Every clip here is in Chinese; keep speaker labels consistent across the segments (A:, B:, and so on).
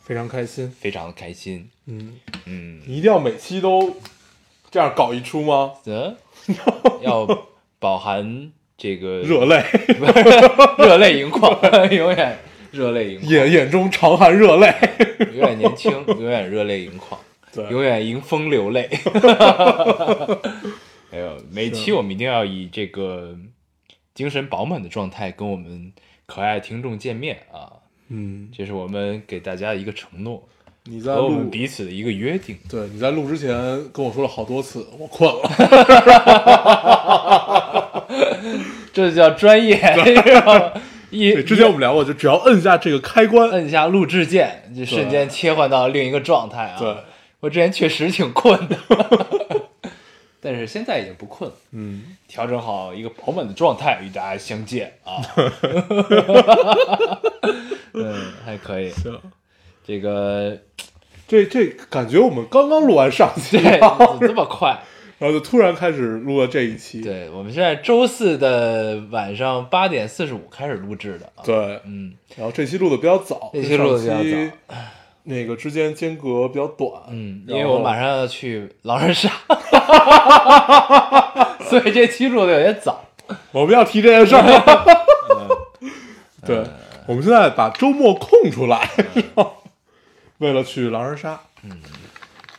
A: 非常开心。
B: 非常的开心。
A: 嗯，
B: 嗯，
A: 一定要每期都这样搞一出吗？
B: 呃，要饱含这个
A: 热泪，
B: 热泪盈眶，永远热泪盈
A: 眼眼中常含热泪。
B: 眶，永远年轻，永远热泪盈眶，永
A: 对，
B: 远迎风流 泪。哎呦，每期我们一定要以这个精神饱满的状态跟我们可爱听众见面啊，
A: 嗯，
B: 这是我们给大家一个承诺。
A: 你在
B: 和我
A: 录
B: 们，彼此的一个约定，
A: 对，你在录之前跟我说了好多次，我困了。
B: 这叫专 业。一
A: 对，之前我们聊过，就只要摁下这个开关，
B: 摁下录制键，就瞬间切换到另一个状态啊。
A: 对，
B: 我之前确实挺困的， 但是现在已经不困了，
A: 嗯，
B: 调整好一个饱满的状态与大家相见 啊。嗯，还可以。
A: 行，
B: 这 个
A: 这这感觉我们刚刚录完上期，
B: 对
A: 然后
B: 这么快？
A: 然后就突然开始录了这一期。
B: 对我们现在周四的晚上八点四十五开始录制的啊。
A: 对，
B: 嗯，
A: 然后这期录的比较早，
B: 这期录得比较早
A: 跟上期那个之间间隔比较短，
B: 嗯，因为
A: 然
B: 我
A: 后
B: 马上要去狼人 杀，所以这期录的有些早。
A: 我们要提这件事儿。 对，
B: 嗯
A: 我们现在把周末空出来， 然后为了去狼人杀。嗯，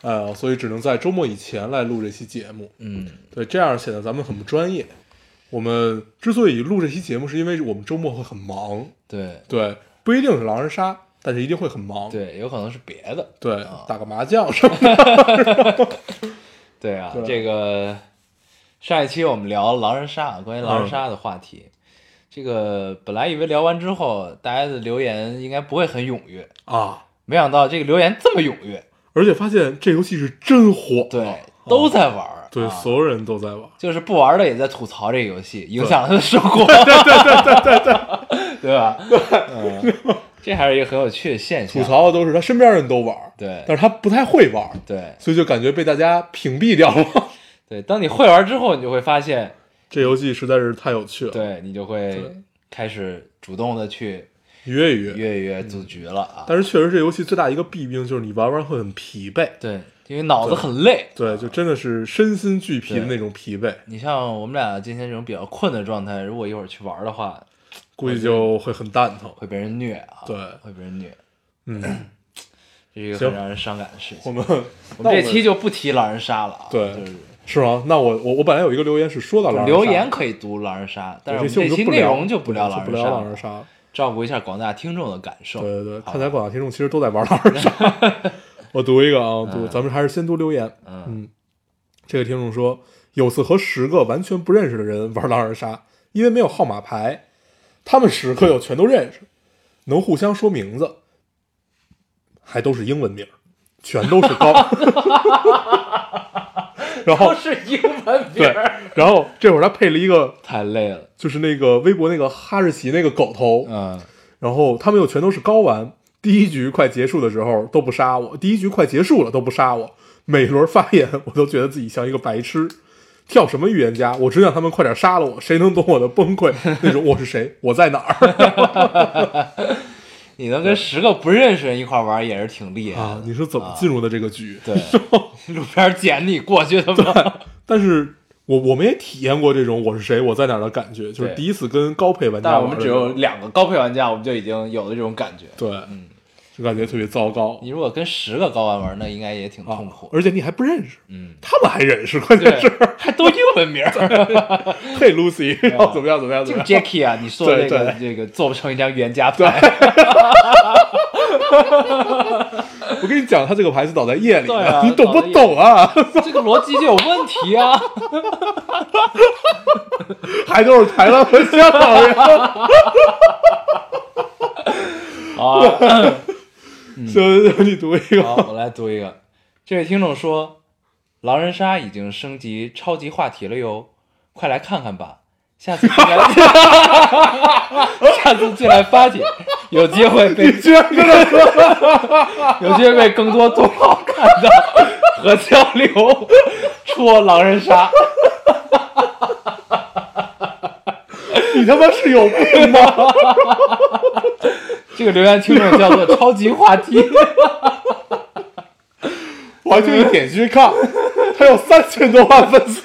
A: 呃，所以只能在周末以前来录这期节目。
B: 嗯，
A: 对，这样显得咱们很不专业。我们之所以录这期节目，是因为我们周末会很忙。
B: 对
A: 对，不一定是狼人杀，但是一定会很忙。
B: 对，啊有可能是别的。
A: 对，打个麻将什 么的。
B: 对啊，
A: 对
B: 这个上一期我们聊狼人杀，关于狼
A: 嗯
B: 人杀的话题。这个本来以为聊完之后大家的留言应该不会很踊跃，
A: 啊，
B: 没想到这个留言这么踊跃，
A: 而且发现这游戏是真火。
B: 对，
A: 啊
B: 都在玩儿。
A: 对，
B: 啊
A: 所有人都在玩。
B: 就是不玩的也在吐槽这个游戏影响了他的生活，对 对对对对对，吧？嗯，这还是一个很有趣的现象。
A: 吐，槽的都是他身边人都玩儿，
B: 对
A: 但是他不太会玩儿，
B: 对
A: 所以就感觉被大家屏蔽掉了。
B: 对，当你会玩之后，你就会发现，
A: 这游戏实在是太有趣了，
B: 对你就会开始主动的去
A: 约一约。
B: 约一约组局了啊。
A: 但是确实，这游戏最大一个弊病就是你玩完会很疲惫，
B: 对，因为脑子很累。
A: 对，就真的是身心俱疲的那种疲惫，
B: 你像我们俩今天这种比较困的状态，如果一会儿去玩的话，
A: 估计就会很蛋疼。
B: 会被人虐啊，
A: 对
B: 会被人虐，
A: 嗯，
B: 这是一个
A: 行
B: 很让人伤感的事
A: 我
B: 情。
A: 们
B: 我
A: 那
B: 们这期就不提狼人杀了啊，
A: 对
B: 就是
A: 是吗？那我我我本来有一个留言是说到狼人杀
B: 留言，可以读狼人杀，但是我
A: 对
B: 们
A: 这
B: 这
A: 期我们
B: 期
A: 就不
B: 内容就不聊
A: 聊嗯就
B: 狼
A: 不
B: 人
A: 聊
B: 杀，
A: 狼人杀了。
B: 照顾一下广大听众的感受。
A: 对对对，
B: 好
A: 看台广大听众其实都在玩 狼人杀。我读一个啊，我读，咱们还是先读留言。
B: 嗯
A: 这个听众说，有次和十个完全不认识的人玩狼人杀，因为没有号码牌，他们十个又全都认识，能互相说名字，还都是英文名，全都是高。 然后
B: 都是英文名
A: 对
B: 儿，，
A: 然后这会儿他配了一个，
B: 太累了。
A: 就是那个微博那个哈士奇那个狗头，
B: 嗯，
A: 然后他们又全都是高玩。第一局快结束的时候都不杀我，第一局快结束了都不杀我，每轮发言我都觉得自己像一个白痴。跳什么预言家？我只想他们快点杀了我，谁能懂我的崩溃？那种我是 谁？我在哪儿
B: 你能跟十个不认识人一块玩儿也是挺厉害
A: 啊
B: 的？。
A: 你是怎么进入的这个局？
B: 啊对，路边捡你过去的吗？
A: 但是我我们也体验过这种我是谁我在哪儿的感觉，就
B: 对
A: 是第一次跟高配玩家
B: 但是
A: 玩
B: 我
A: 的，
B: 们只有两个高配玩家，我们就已经有了这种感觉。
A: 对，
B: 嗯
A: 就感觉特别糟糕
B: 你如果跟十个高玩玩，那应该也挺
A: 啊
B: 痛苦。
A: 而且你还不认识，
B: 嗯，
A: 他们还认识，关键
B: 对
A: 是，
B: 还都英文名儿。
A: 嘿 Lucy，然后怎么样怎么样
B: 这个
A: 怎么样，
B: Jackie 啊，你说的这
A: 对
B: 个这个做不成一张原家牌，
A: 我跟你讲，他这个牌是倒在夜里
B: 对
A: 的，
B: 啊
A: 你懂不懂啊？
B: 这个逻辑就有问题啊。
A: 还都是台湾和香港人，
B: 啊，
A: 行行行，你读一个，
B: 好，我来读一个。这位听众说，狼人杀已经升级超级话题了哟，快来看看吧。下次进 来，下次进来发帖，有机会被
A: 居然跟他说，
B: 有机会被更多同好看到 和交流， 戳狼人杀。
A: 你他妈是有病吗？
B: 这个留言听众叫做超级话 题，
A: 我还特意点进去看，他有三千多万粉丝。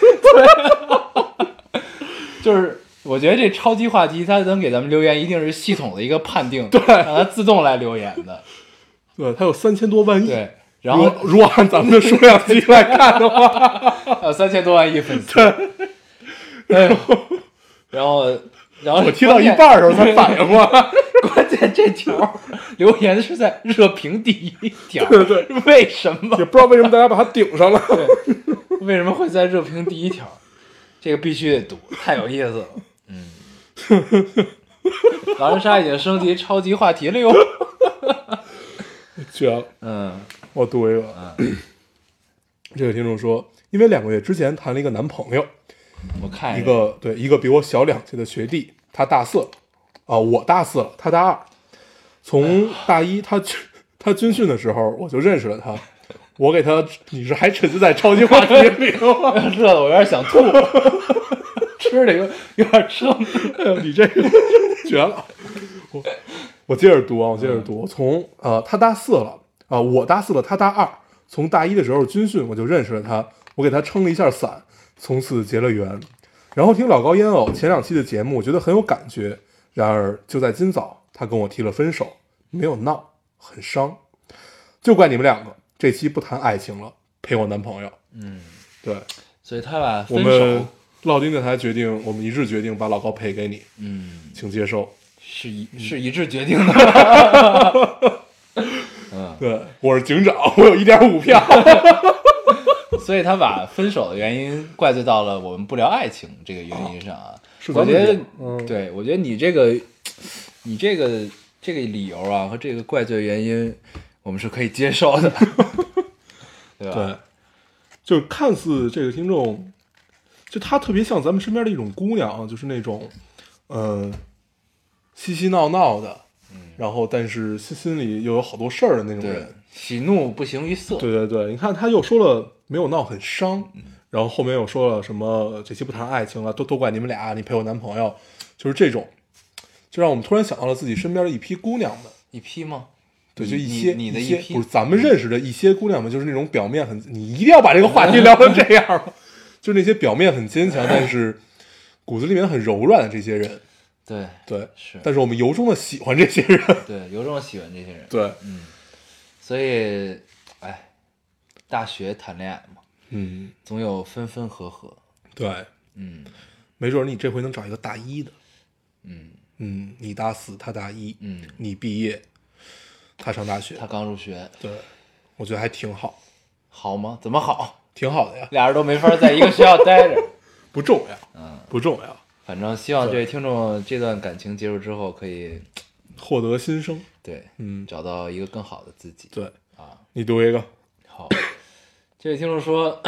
B: 就是我觉得这超级话题，它能给咱们留言，一定是系统的一个判定，对，让它自动来留言的，
A: 对，他有三千多万亿。
B: 对。然后
A: 如果如果按咱们的数量级来看的话，
B: 还有呃三千多万亿粉丝，
A: 哎呦
B: 然后然后
A: 我听到一半的时候才反应过来。
B: 关键这条留言是在热评第一条，
A: 对对，
B: 为什么
A: 也不知道为什么大家把它顶上了。
B: 为什么会在热评第一条？这个必须得读，太有意思了。嗯，狼人杀已经升级超级话题了哟。
A: 绝了！
B: 嗯，
A: 我读一个。 这个听众说，因为两个月之前谈了一个男朋友，
B: 我看
A: 一
B: 眼
A: 个对一个比我小两届的学弟，他大四了，啊、我大四了，他大二。从大一他军他军训的时候，我就认识了他。我给他，你是还沉浸在超级话题里吗？
B: 热的我有点想吐，吃的有有点 撑。
A: 你这个 绝了！我我接着读啊，我接着
B: 嗯
A: 读。从呃，他大四了啊、我大四了，他大二。从大一的时候军训我就认识了他，我给他撑了一下伞，从此结了缘。然后听老高烟偶前两期的节目，我觉得很有感觉。然而就在今早，他跟我提了分手，没有闹，很伤。就怪你们两个，这期不谈爱情了，陪我男朋友。嗯，对，
B: 所以他把
A: 我
B: 分
A: 们
B: 手，
A: 老丁电台决定，我们一致决定把老高赔给你，
B: 嗯，
A: 请接受。
B: 是一是一致决定的。 嗯
A: 对，我是警长，我有一点五 票。
B: 所以他把分手的原因怪罪到了我们不聊爱情这个原因上啊。
A: 是
B: 我
A: 咱们
B: 觉得
A: 这，嗯
B: 对我觉得你这个，你这个这个理由啊和这个怪罪原因，我们是可以接受 的，对吧？
A: 对，就是看似这个听众，就她特别像咱们身边的一种姑娘啊，就是那种，嗯、嬉嬉闹闹的，然后但是心心里又有好多事儿的那种
B: 对
A: 人。
B: 喜怒不形于色。
A: 对对对，你看他又说了没有闹很伤，然后后面又说了什么这期不谈爱情了，啊都都怪你们俩，你陪我男朋友，就是这种，就让我们突然想到了自己身边的一批姑娘们。
B: 一批吗？
A: 对，
B: 你
A: 就一些
B: 你你的
A: 一
B: 一
A: 些
B: 批
A: 不是咱们认识的一些姑娘们，就是那种表面很，你一定要把这个话题聊成这样吗？ 就是那些表面很坚强，但是骨子里面很柔软的这些人，
B: 对
A: 对，
B: 是
A: 但是我们由衷的喜欢这些人，
B: 对，有种喜欢这些人，
A: 对，
B: 所以，哎，大学谈恋爱嘛，
A: 嗯，
B: 总有分分合合。
A: 对，
B: 嗯
A: 没准你这回能找一个大一的，
B: 嗯
A: 嗯，你大四，他大一，
B: 嗯，
A: 你毕业，他上大学
B: 他，刚入学，
A: 对，我觉得还挺好，
B: 好吗？怎么好？
A: 挺好的呀，
B: 俩人都没法在一个学校待着。
A: 不重要，嗯，不重要，
B: 反正希望这位听众这段感情结束之后，可以
A: 获得新生，
B: 对
A: 嗯，
B: 找到一个更好的自己。
A: 对，
B: 啊，
A: 你读一个，
B: 好，这位听众说，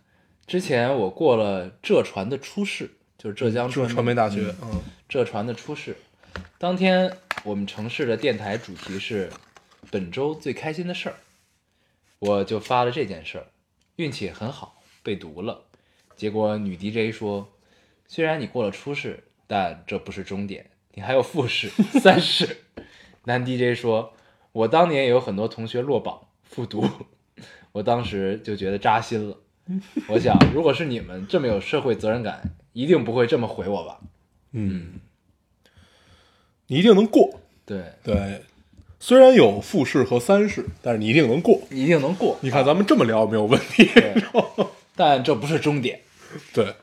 B: 之前我过了浙传的初试，就是浙江
A: 中
B: 传
A: 传媒大学，嗯
B: 浙传的初试。当天我们城市的电台主题是本周最开心的事儿，我就发了这件事儿，运气很好，被读了。结果女 DJ 说，虽然你过了初试，但这不是终点，你还有复试、 三试。男 DJ 说，我当年也有很多同学落榜复读，我当时就觉得扎心了。我想，如果是你们这么有社会责任感，一定不会这么回我吧？
A: 嗯，你一定能过。
B: 对，
A: 对，虽然有复试和三试，但是你一定能过。
B: 一定能过。
A: 你看咱们这么聊没有问题，
B: 对但这不是终点。
A: 对，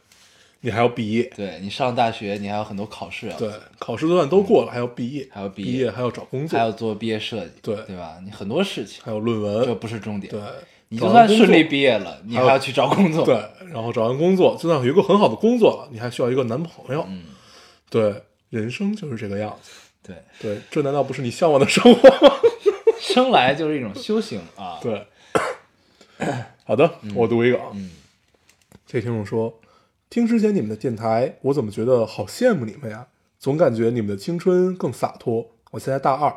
A: 你还要毕业，
B: 对你上大学，你还有很多考试啊，
A: 对，考试段都过了，还要毕业，
B: 还要毕
A: 毕
B: 业
A: 还要找工作
B: 还，要做毕业设计，
A: 对
B: 对吧？你很多事情，
A: 还有论
B: 这
A: 文，
B: 不是终点。
A: 对，，
B: 你
A: 找
B: 就算
A: 完工
B: 顺利
A: 作
B: 毕业了，你还
A: 还有
B: 要去找工作。
A: 对，，然后找完工作，就算有一个很好的工作了，你还需要一个男朋友，
B: 嗯，
A: 对，人生就是这个样子。
B: 对，
A: 对，这难道不是你向往的生活吗？
B: 生来就是一种修行啊。
A: 对， 好的，我读一个。嗯，这听众说，听之前你们的电台，我怎么觉得好羡慕你们呀？总感觉你们的青春更洒脱。我现在大二，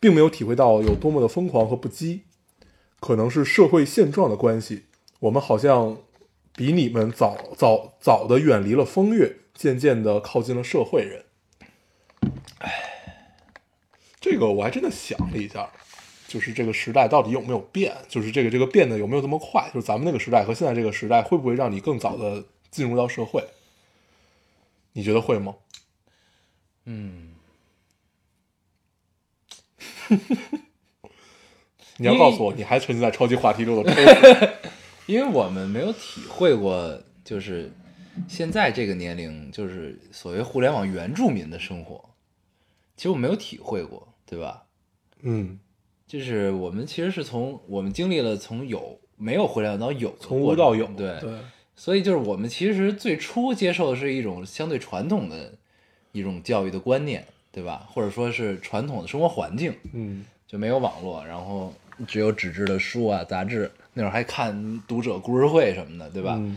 A: 并没有体会到有多么的疯狂和不羁，可能是社会现状的关系，我们好像比你们早早早的远离了风月，渐渐的靠近了社会人。这个我还真的想了一下，就是这个时代到底有没有变？就是这个这个变得有没有这么快？就是咱们那个时代和现在这个时代，会不会让你更早的进入到社会？你觉得会吗？
B: 嗯，
A: 你要
B: 因为
A: 告诉我，你还沉浸在超级话题中的抽搐
B: 因为我们没有体会过，就是现在这个年龄，就是所谓互联网原住民的生活，其实我没有体会过，对吧？
A: 嗯，
B: 就是我们其实是从我们经历了从有没有互联网到有的
A: 从
B: 过
A: 无
B: 程
A: 到有，
B: 对，
A: 对，
B: 所以就是我们其实最初接受的是一种相对传统的一种教育的观念，对吧？或者说是传统的生活环境，
A: 嗯，
B: 就没有网络，然后只有纸质的书啊、杂志，那会儿还看读者故事会什么的，对吧？
A: 嗯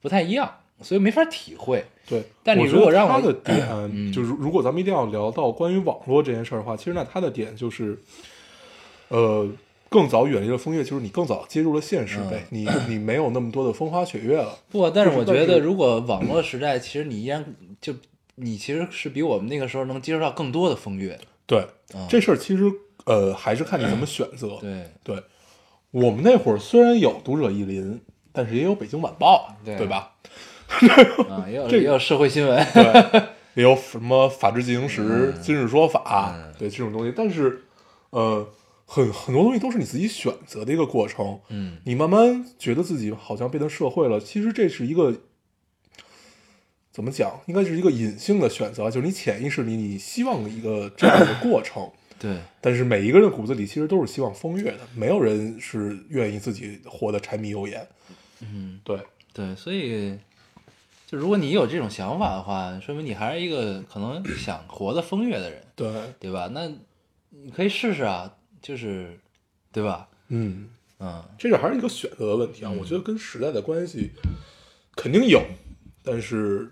B: 不太一样，所以没法体会。
A: 对。
B: 但你
A: 我觉
B: 如果
A: 得
B: 让
A: 他
B: 我嗯
A: 的点，就是如果咱们一定要聊到关于网络这件事儿的话，其实那他的点就是，呃，更早远离了风月，就是你更早接入了现实
B: 嗯
A: 呗，你你没有那么多的风花雪月了。
B: 不，但是我觉
A: 但
B: 得，
A: 是
B: 如果网络时代，其实你依然就你其实是比我们那个时候能接受到更多的风月的。
A: 对
B: 嗯，
A: 这事儿其实呃还是看你怎么选择。
B: 对，
A: 对，我们那会儿虽然有读者意林，但是也有北京晚报啊，
B: 对
A: 对吧？
B: 啊，也有
A: 这
B: 也
A: 个
B: 有社会新闻。
A: 对，也有什么《法制进行时》今日说法》对这种东西。但是，呃，很很多东西都是你自己选择的一个过程。
B: 嗯，
A: 你慢慢觉得自己好像变得社会了，其实这是一个怎么讲？应该是一个隐性的选择，就是你潜意识里你希望的一个这样的过程。
B: 对，
A: 但是每一个人骨子里其实都是希望风月的，没有人是愿意自己活得柴米油盐。嗯，对，
B: 对，所以就如果你有这种想法的话，说明你还是一个可能想活得风月的人，
A: 对，
B: 对吧？那你可以试试啊，就是对吧？
A: 嗯，
B: 嗯，
A: 这个还是一个选择的问题啊。我觉得跟时代的关系肯定有，但是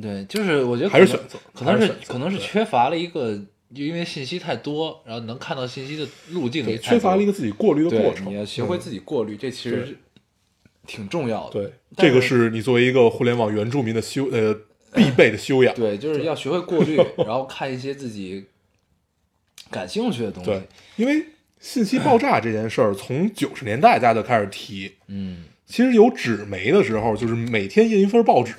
B: 对，就是我觉得
A: 还
B: 可
A: 是
B: 能
A: 选择
B: 可
A: 还
B: 能
A: 是
B: 是
A: 选择
B: 可能是
A: 对
B: 缺乏了一个，就因为信息太多，然后能看到信息的路径也
A: 对
B: 太
A: 缺乏
B: 多
A: 了一个自己过滤的
B: 对
A: 过程。嗯
B: 你要学会自己过滤，这其实
A: 对
B: 是挺重要的。
A: 对，
B: 但
A: 这个是你作为一个互联网原住民的修呃必备的修养。
B: 对，就是要学会过 滤，然后看一些自己感兴趣的东
A: 对
B: 西。，
A: 因为信息爆炸这件事儿，从九十年代大家就开始提，
B: 嗯，
A: 其实有纸媒的时候，就是每天印一份报纸，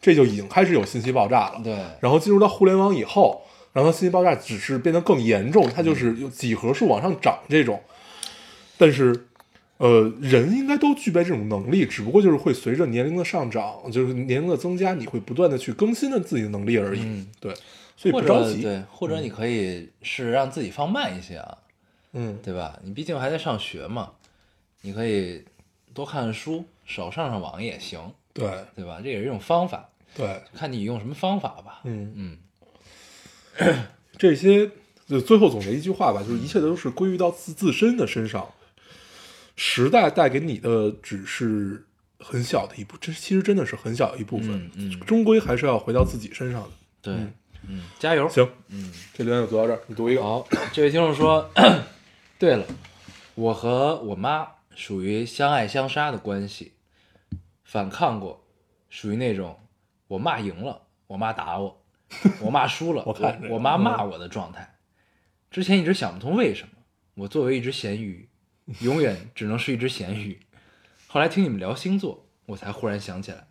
A: 这就已经开始有信息爆炸了。
B: 对，
A: 然后进入到互联网以后，然后信息爆炸只是变得更严重，它就是
B: 嗯
A: 有几何数往上涨这种。但是，呃，人应该都具备这种能力，只不过就是会随着年龄的上涨，就是年龄的增加，你会不断的去更新的自己的能力而已。
B: 嗯
A: 对，所以
B: 或
A: 不
B: 者
A: 着急。
B: 对，或者你可以是让自己放慢一些啊，
A: 嗯，
B: 对吧？你毕竟还在上学嘛，你可以多看看书，少上上网也行，
A: 对
B: 对吧？这也是一种方法，
A: 对，
B: 看你用什么方法吧。
A: 嗯，
B: 嗯，
A: 这些就最后总结一句话吧，就是一切都是归于到自自身的身上。时代带给你的只是很小的一部，这其实真的是很小的一部分，
B: 嗯嗯
A: 终归还是要回到自己身上的。
B: 对，嗯，加油。
A: 行，嗯，这留言就读到这儿，你读一个。啊
B: 好，这位听众说，对了，我和我妈属于相爱相杀的关系，反抗过，属于那种我骂赢了，我妈打我，我骂输了， 我
A: 我看着这个嗯
B: 我妈骂我的状态。之前一直想不通为什么我作为一只咸鱼，永远只能是一只咸鱼。后来听你们聊星座，我才忽然想起来，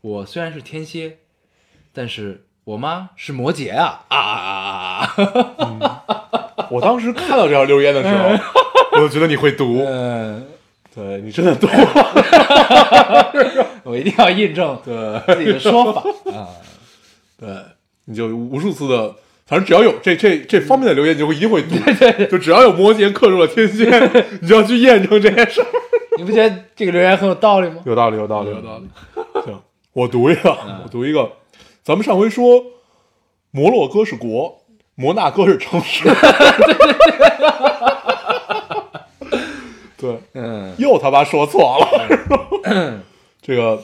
B: 我虽然是天蝎，但是我妈是摩羯啊啊啊啊啊！啊
A: 我当时看到这条留言的时 候，我就觉得你会读，
B: 嗯，
A: 对你真的读 了。
B: 我一定要印证自己的说 法啊。
A: 对，你就无数次的，反正只要有这这这方面的留言，你就会一定会读。就只要有摩羯克住了天 蝎，你就要去验证这件事儿。
B: 你不觉得这个留言很有道理吗？
A: 有道理，有道理，有道理。行，啊我读一个，
B: 嗯
A: 我读一个。咱们上回说，摩洛哥是国，摩纳哥是 城市。对，
B: 嗯，
A: 又他他妈说错了。
B: 嗯
A: 这个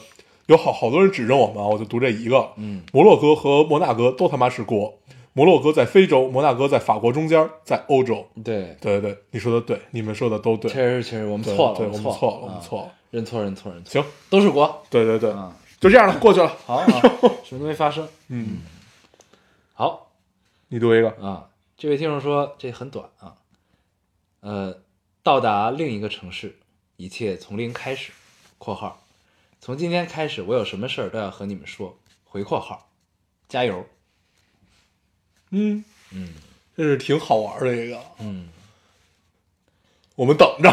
A: 有好好多人指正我们啊，我就读这一个。嗯，摩洛哥和摩纳哥都他妈是国，摩洛哥在非洲，摩纳哥在法国中间，在欧洲。
B: 对，
A: 对对对，你说的对，你们说的都对。
B: 确实确实我们
A: 对
B: 错了，
A: 对，我
B: 们
A: 们
B: 错
A: 错了，我们
B: 啊
A: 错了。
B: 认错认错认错，
A: 行，
B: 都是国，
A: 对对对
B: 啊，
A: 就这样了，过去了。
B: 好，啊什么都没发生。
A: 嗯，
B: 好，
A: 你读一个。
B: 啊，这位听众说这很短啊，呃，到达另一个城市，一切从零开始（括号），从今天开始，我有什么事儿都要和你们说（回括号），加油。
A: 嗯
B: 嗯
A: 这是挺好玩的一个，
B: 嗯，
A: 我们等着。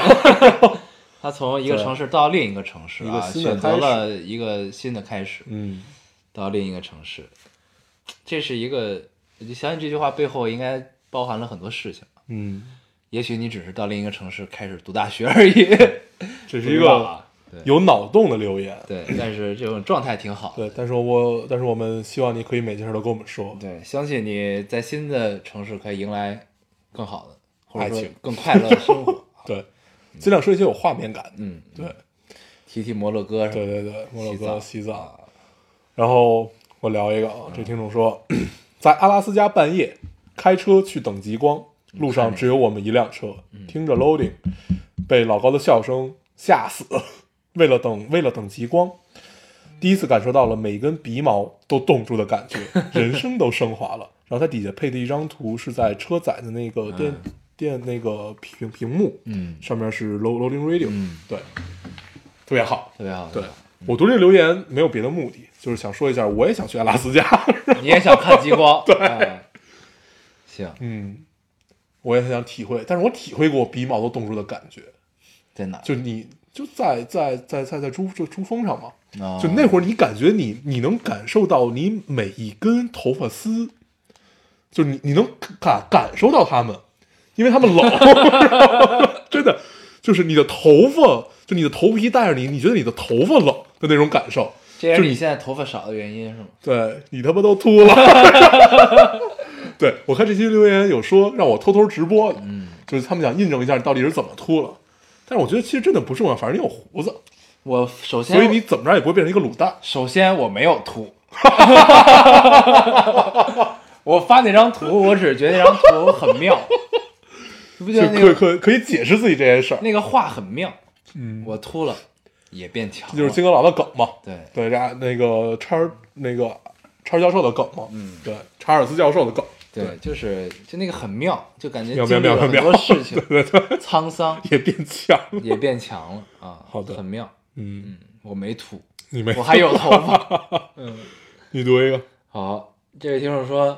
B: 他从一个
A: 对
B: 城市到另一个城市
A: 一个
B: 啊，
A: 新的
B: 选
A: 开
B: 择
A: 始
B: 了一个新的开始，
A: 嗯，
B: 到另一个城市，这是一个，你想想这句话背后应该包含了很多事情。
A: 嗯，
B: 也许你只是到另一个城市开始读大学而 已，
A: 这
B: 不
A: 是
B: 知
A: 一
B: 道
A: 个
B: 啊对
A: 有脑洞的留言。
B: 对，但是这种状态挺好的。
A: 对，但是我但是我们希望你可以每件事都跟我们说。
B: 对，相信你在新的城市可以迎来更好的，或者
A: 爱
B: 说
A: 情
B: 更快乐 的生活。
A: 对，尽量说一些有画面感的。
B: 嗯，
A: 对，
B: 提提摩洛哥什
A: 对
B: 么的，
A: 对对，摩洛哥、西
B: 藏
A: 藏。
B: 啊，
A: 然后我聊一个啊，这听众说， 在阿拉斯加半夜开车去等极光，路上只有我们一辆车，
B: 嗯
A: 听着 loading，被老高的笑声吓死。 为了等，为了等极光，第一次感受到了每根鼻毛都冻住的 感觉，人生都升华了。然后它底下配的一张图是在车载的那个电、电那个屏屏幕，
B: 嗯，
A: 上面是 low loading radio，、
B: 嗯
A: 对，特别好。
B: 特别好。
A: 对，我读这留言没有别的目的，就是想说一下，我也想去阿拉斯加。
B: 你也想看极光？对，行，
A: 嗯，我也很想体会，但是我体会过鼻毛都冻住的感觉。
B: 在哪儿？
A: 就你就在在在在在珠就珠峰上嘛，
B: 啊
A: 就那会儿你感觉你你能感受到你每一根头发丝，就你你能感感受到它们，因为它 们冷，真的就是你的头发，就你的头皮带着你，你觉得你的头发冷的那种感受。
B: 这也
A: 就是你
B: 你现在头发少的原因是吗？
A: 对你他妈都秃了。 对我看这期留言有说让我偷偷直播，嗯，就是他们想印证一下到底是怎么秃了。但是我觉得其实真的不重要，反正你有胡子，
B: 我首先，
A: 所以你怎么着也不会变成一个卤蛋。
B: 首先我没有秃， 我发那张图，我只是觉得那张图很妙，你不觉
A: 就
B: 得那
A: 可
B: 个
A: 可可以解释自己这件事儿，
B: 那个画很妙？
A: 嗯，
B: 我秃了也变强了，
A: 这嗯就是金刚狼的梗嘛。
B: 对
A: 对，这样那个叉儿那个叉儿教授的梗嘛，嗯，对，查尔斯教授的梗，
B: 对，就是就那个很妙，就感觉
A: 妙
B: 哎经历
A: 妙
B: 了
A: 妙
B: 很
A: 妙
B: 多事情，嗯
A: 对对对，
B: 沧桑
A: 也变强了，
B: 也变强了啊，
A: 好的
B: 很妙。
A: 嗯，
B: 嗯，我没秃，
A: 你没，
B: 我还有头发。
A: 你读一个，
B: 好，这位听众说，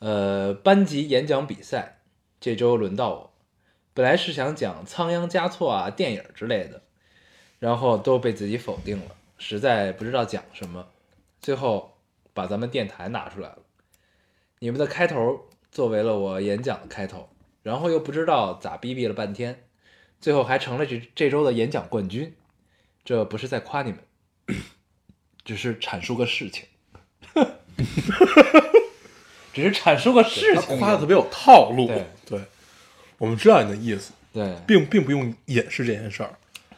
B: 呃，班级演讲比赛这周轮到我，本来是想讲《仓央嘉措》啊、电影之类的，然后都被自己否定了，实在不知道讲什么，最后把咱们电台拿出来了。你们的开头作为了我演讲的开头，然后又不知道咋逼逼了半天，最后还成了这这周的演讲冠军。这不是在夸你们，只是阐述个事情， 只是阐述个事
A: 他
B: 情。
A: 夸的特别有套路，
B: 对
A: 对，我们知道你的意思，
B: 对，
A: 并并不用掩饰这件事儿。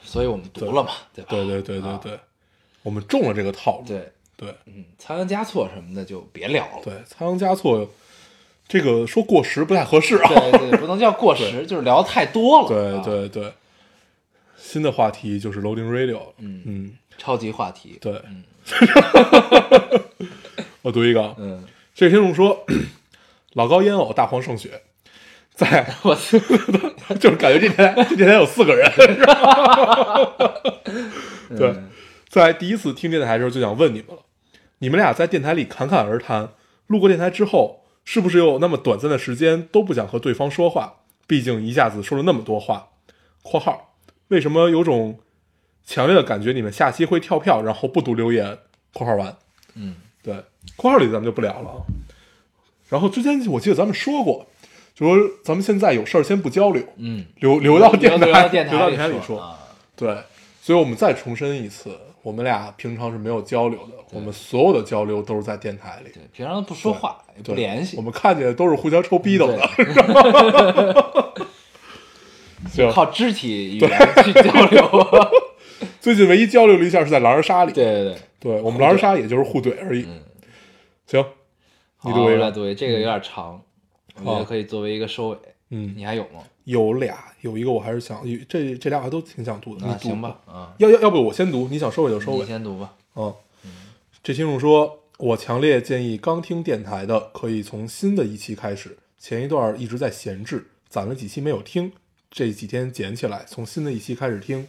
B: 所以我们读了嘛，对吧？
A: 对对对对对，我们中了这个套路。
B: 啊对，
A: 对
B: 嗯，仓央嘉措什么的就别聊了。
A: 对，仓央嘉措这个说过时不太合适啊。
B: 对对，不能叫过时，就是聊得太多了。
A: 对
B: 啊，
A: 对对，新的话题就是 Loading Radio。
B: 嗯
A: 嗯，
B: 超级话题。
A: 对。 我读一个啊，
B: 嗯，
A: 这听众说，老高烟偶大黄胜雪，在
B: 我操，
A: 就是感觉这天这天有四个人。对，
B: 嗯
A: 在第一次听电台的时候就想问你们了，你们俩在电台里侃侃而谈，路过电台之后，是不是有那么短暂的时间都不想和对方说话？毕竟一下子说了那么多话。（括号）为什么有种强烈的感觉你们下期会跳票，然后不读留言？（括号完）
B: 嗯，
A: 对，括号里咱们就不聊了啊。然后之前我记得咱们说过，就说咱们现在有事儿先不交流，
B: 嗯，
A: 留留到电台，
B: 留到电
A: 留到电
B: 台
A: 台里说。
B: 啊
A: 对，所以我们再重申一次，我们俩平常是没有交流的，我们所有的交流都是在电台里，
B: 对，平常都不说话，也不
A: 对
B: 联系
A: 我。们看见的都是互相抽逼斗的。行，
B: 靠肢体语言去交流。
A: 最近唯一交流了一下是在狼人杀 里，
B: 对嗯对对，
A: 对我们狼人杀也就是互怼而已。行，你
B: 好
A: 读
B: 我
A: 一
B: 来
A: 个，
B: 读一个，嗯这个有点长，我觉得可以作为一个收尾。
A: 嗯，
B: 你还有吗？
A: 有俩，有一个我还是想，有这这俩我还都挺想读的，
B: 那
A: 你读
B: 行吧，，啊，
A: 要要要不我先读，你想收尾就收
B: 你
A: 尾。
B: 先读吧。
A: 嗯，这听众说，我强烈建议刚听电台的可以从新的一期开始，前一段一直在闲置，攒了几期没有听，这几天捡起来，从新的一期开始听，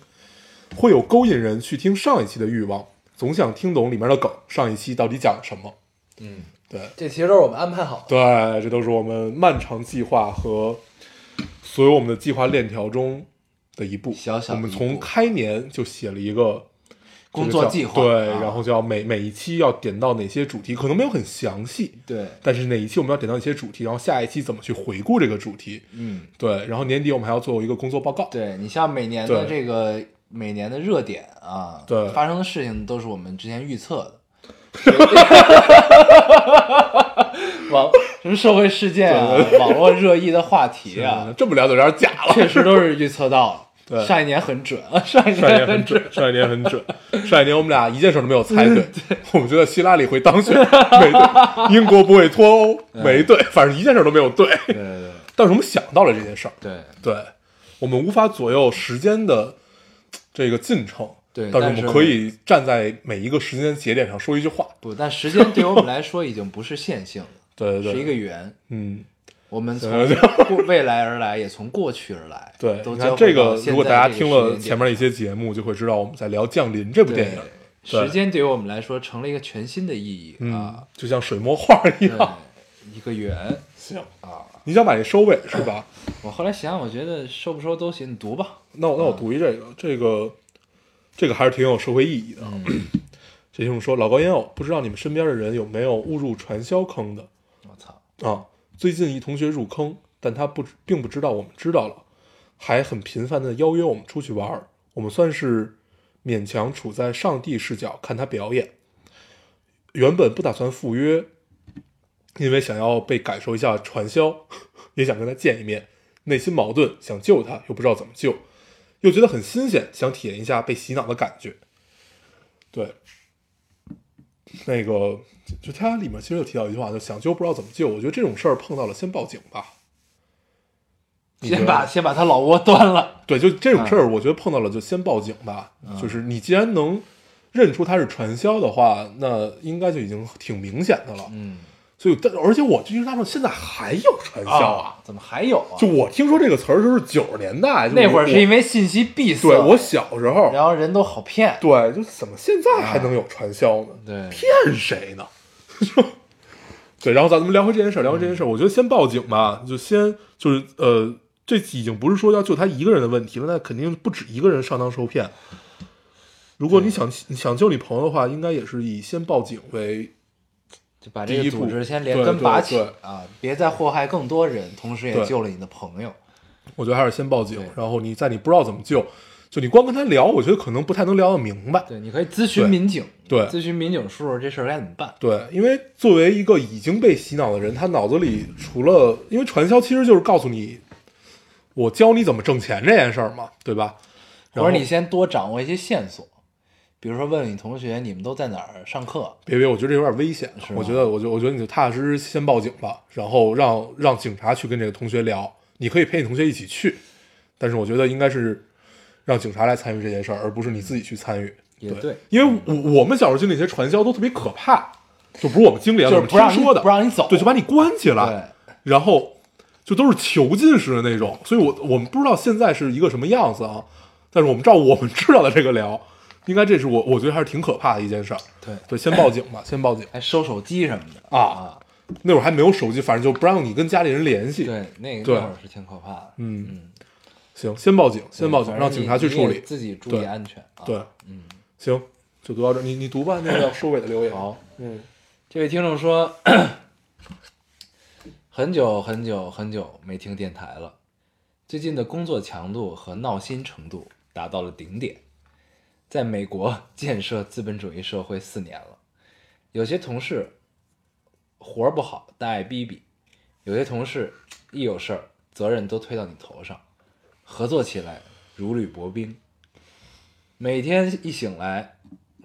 A: 会有勾引人去听上一期的欲望，总想听懂里面的梗，上一期到底讲了什么？
B: 嗯，
A: 对
B: 这其实都是我们安排好的。
A: 对，这都是我们漫长计划和所有我们的计划链条中的一步。
B: 小小
A: 我们
B: 一
A: 从
B: 步
A: 开年就写了一个
B: 工作计划
A: 对，
B: 啊
A: 然后就要每每一期要点到哪些主题，可能没有很详细，
B: 对，
A: 但是哪一期我们要点到一些主题，然后下一期怎么去回顾这个主题，
B: 嗯，
A: 对，然后年底我们还要做一个工作报告，
B: 对你像每年的
A: 对
B: 这个每年的热点啊，
A: 对
B: 发生的事情都是我们之前预测的。 网什么社会事件啊，网络热议的话题啊
A: 嗯，这么聊就有点假 了。
B: 确实都是预测到了。
A: 对
B: 上一年很准，啊，上一
A: 上一
B: 年
A: 年很
B: 准。
A: 准，上一年很 准，上一年我们俩一件事都没有猜对。我们觉得希拉里会当选，没对；英国不会脱欧，没对。反正一件事都没有嗯对。
B: 对对对
A: 但是我们想到了这件事儿，
B: 对
A: 对我们无法左右时间的这个进程，
B: 对
A: 但是我
B: 但是
A: 们可以站在每一个时间节点上说一句话。
B: 不，但时间对于我们来说已经不是线性了，
A: 对 对对，
B: 是一个圆。
A: 嗯，
B: 我们从
A: 对对
B: 过未来而来，也从过去而来。
A: 对。
B: 都
A: 你
B: 交
A: 看
B: 汇
A: 这
B: 到
A: 个，
B: 现
A: 如果
B: 在
A: 大家
B: 这个
A: 听
B: 时
A: 了
B: 间
A: 前
B: 点
A: 面一些节目，就会知道我们在聊《降临》这部电影。
B: 时间对于我们来说成了一个全新的意义、
A: 嗯
B: 啊，，
A: 就像水墨画一
B: 对
A: 样。，
B: 一个圆。
A: 行啊，你想把这收尾是 吧？
B: 我后来想，我觉得收不收都行，你读吧。
A: 那我那我读一这个，这个这个还是挺有社会意义的。啊。
B: 嗯
A: 这听众说，老高烟友，不知道你们身边的人有没有误入传销坑的
B: 我操，
A: 啊？最近一同学入坑，但他不知并不知道我们知道了，还很频繁的邀约我们出去玩儿。我们算是勉强处在上帝视角看他表演。原本不打算赴约，因为想要被感受一下传销， 也想跟他见一面，内心矛盾，想救他又不知道怎么救，又觉得很新鲜，想体验一下被洗脑的感觉。对，那个就他里面其实有提到一句话，就想救不知道怎么救。我觉得这种事儿碰到了先报警吧。你觉
B: 先
A: 得
B: 把先把他老窝端了。
A: 对，就这种事儿，我觉得碰到了就先报警吧。就是你既然能认出他是传销的话，那应该就已经挺明显的了。
B: 嗯，
A: 所以，但而且我就纳闷，现在还有传销啊？
B: 怎么还有嗯啊？
A: 就我听说这个词儿就是九十年代，就是
B: 那会儿是因
A: 为
B: 为信息闭塞，
A: 对我小时候，
B: 然后人都好骗。
A: 对，就怎么现在还能有传销呢？
B: 对，
A: 骗谁呢？ 对，然后咱们聊回这件事儿，聊回这件事儿，我觉得先报警吧，就先就是呃，这已经不是说要救他一个人的问题了，那肯定不止一个人上当受骗。如果你想你想救你朋友的话，应该也是以先报警为
B: 就把
A: 第
B: 这个
A: 一
B: 组
A: 步
B: 织先连
A: 对
B: 根
A: 对
B: 拔起
A: 对
B: 啊，别再祸害更多人，同时也
A: 对
B: 救了你的朋友。
A: 我觉得还是先报警
B: 对，
A: 然后你在你不知道怎么救，就你光跟他聊，我觉得可能不太能聊得明白。
B: 对，你可以咨询
A: 对
B: 民警，
A: 对
B: 咨询民警叔叔这事儿该怎么办。
A: 对，因为作为一个已经被洗脑的人，他脑子里除了因为传销其实就是告诉你，我教你怎么挣钱这件事儿嘛，对吧？然
B: 或
A: 后
B: 者你先多掌握一些线索，比如说问问你同学你们都在哪儿上课，
A: 别别，我觉得这有点危险
B: 是。吗啊
A: 我觉得，我觉得我觉得你就踏踏实实先报警吧，然后让让警察去跟这个同学聊。你可以陪你同学一起去，但是我觉得应该是让警察来参与这件事儿，而不是你自己去参与。
B: 也
A: 对，
B: 对
A: 因为我我们小时候经历那些传销都特别可怕，就不是我们经历啊，
B: 就是
A: 我们
B: 不让你
A: 听说的，
B: 不让你走
A: 对，就把你关起
B: 对
A: 来，，然后就都是囚禁式的那种。所以我我们不知道现在是一个什么样子啊，但是我们照我们知道的这个聊，应该这是我我觉得还是挺可怕的一件事儿。
B: 对
A: 对，先报警吧，先报警
B: 还收手机什么的。
A: 啊！那会儿还没有手机，反正就不让你跟家里人联系。
B: 对，那个
A: 对
B: 那会儿是挺可怕的。嗯，
A: 嗯，行，先报警，先报警，
B: 反正
A: 让
B: 你
A: 警察去
B: 你
A: 处
B: 也
A: 理。
B: 自己注意
A: 对
B: 安全啊。
A: 对，嗯，行，就读到这儿，你你读吧，那个要收尾的留言。
B: 好，
A: 嗯，
B: 这位听众说， 很久很久很久没听电台了，最近的工作强度和闹心程度达到了顶点。在美国建设资本主义社会四年了，有些同事活儿不好但爱逼逼，有些同事一有事儿责任都推到你头上，合作起来如履薄冰。每天一醒来，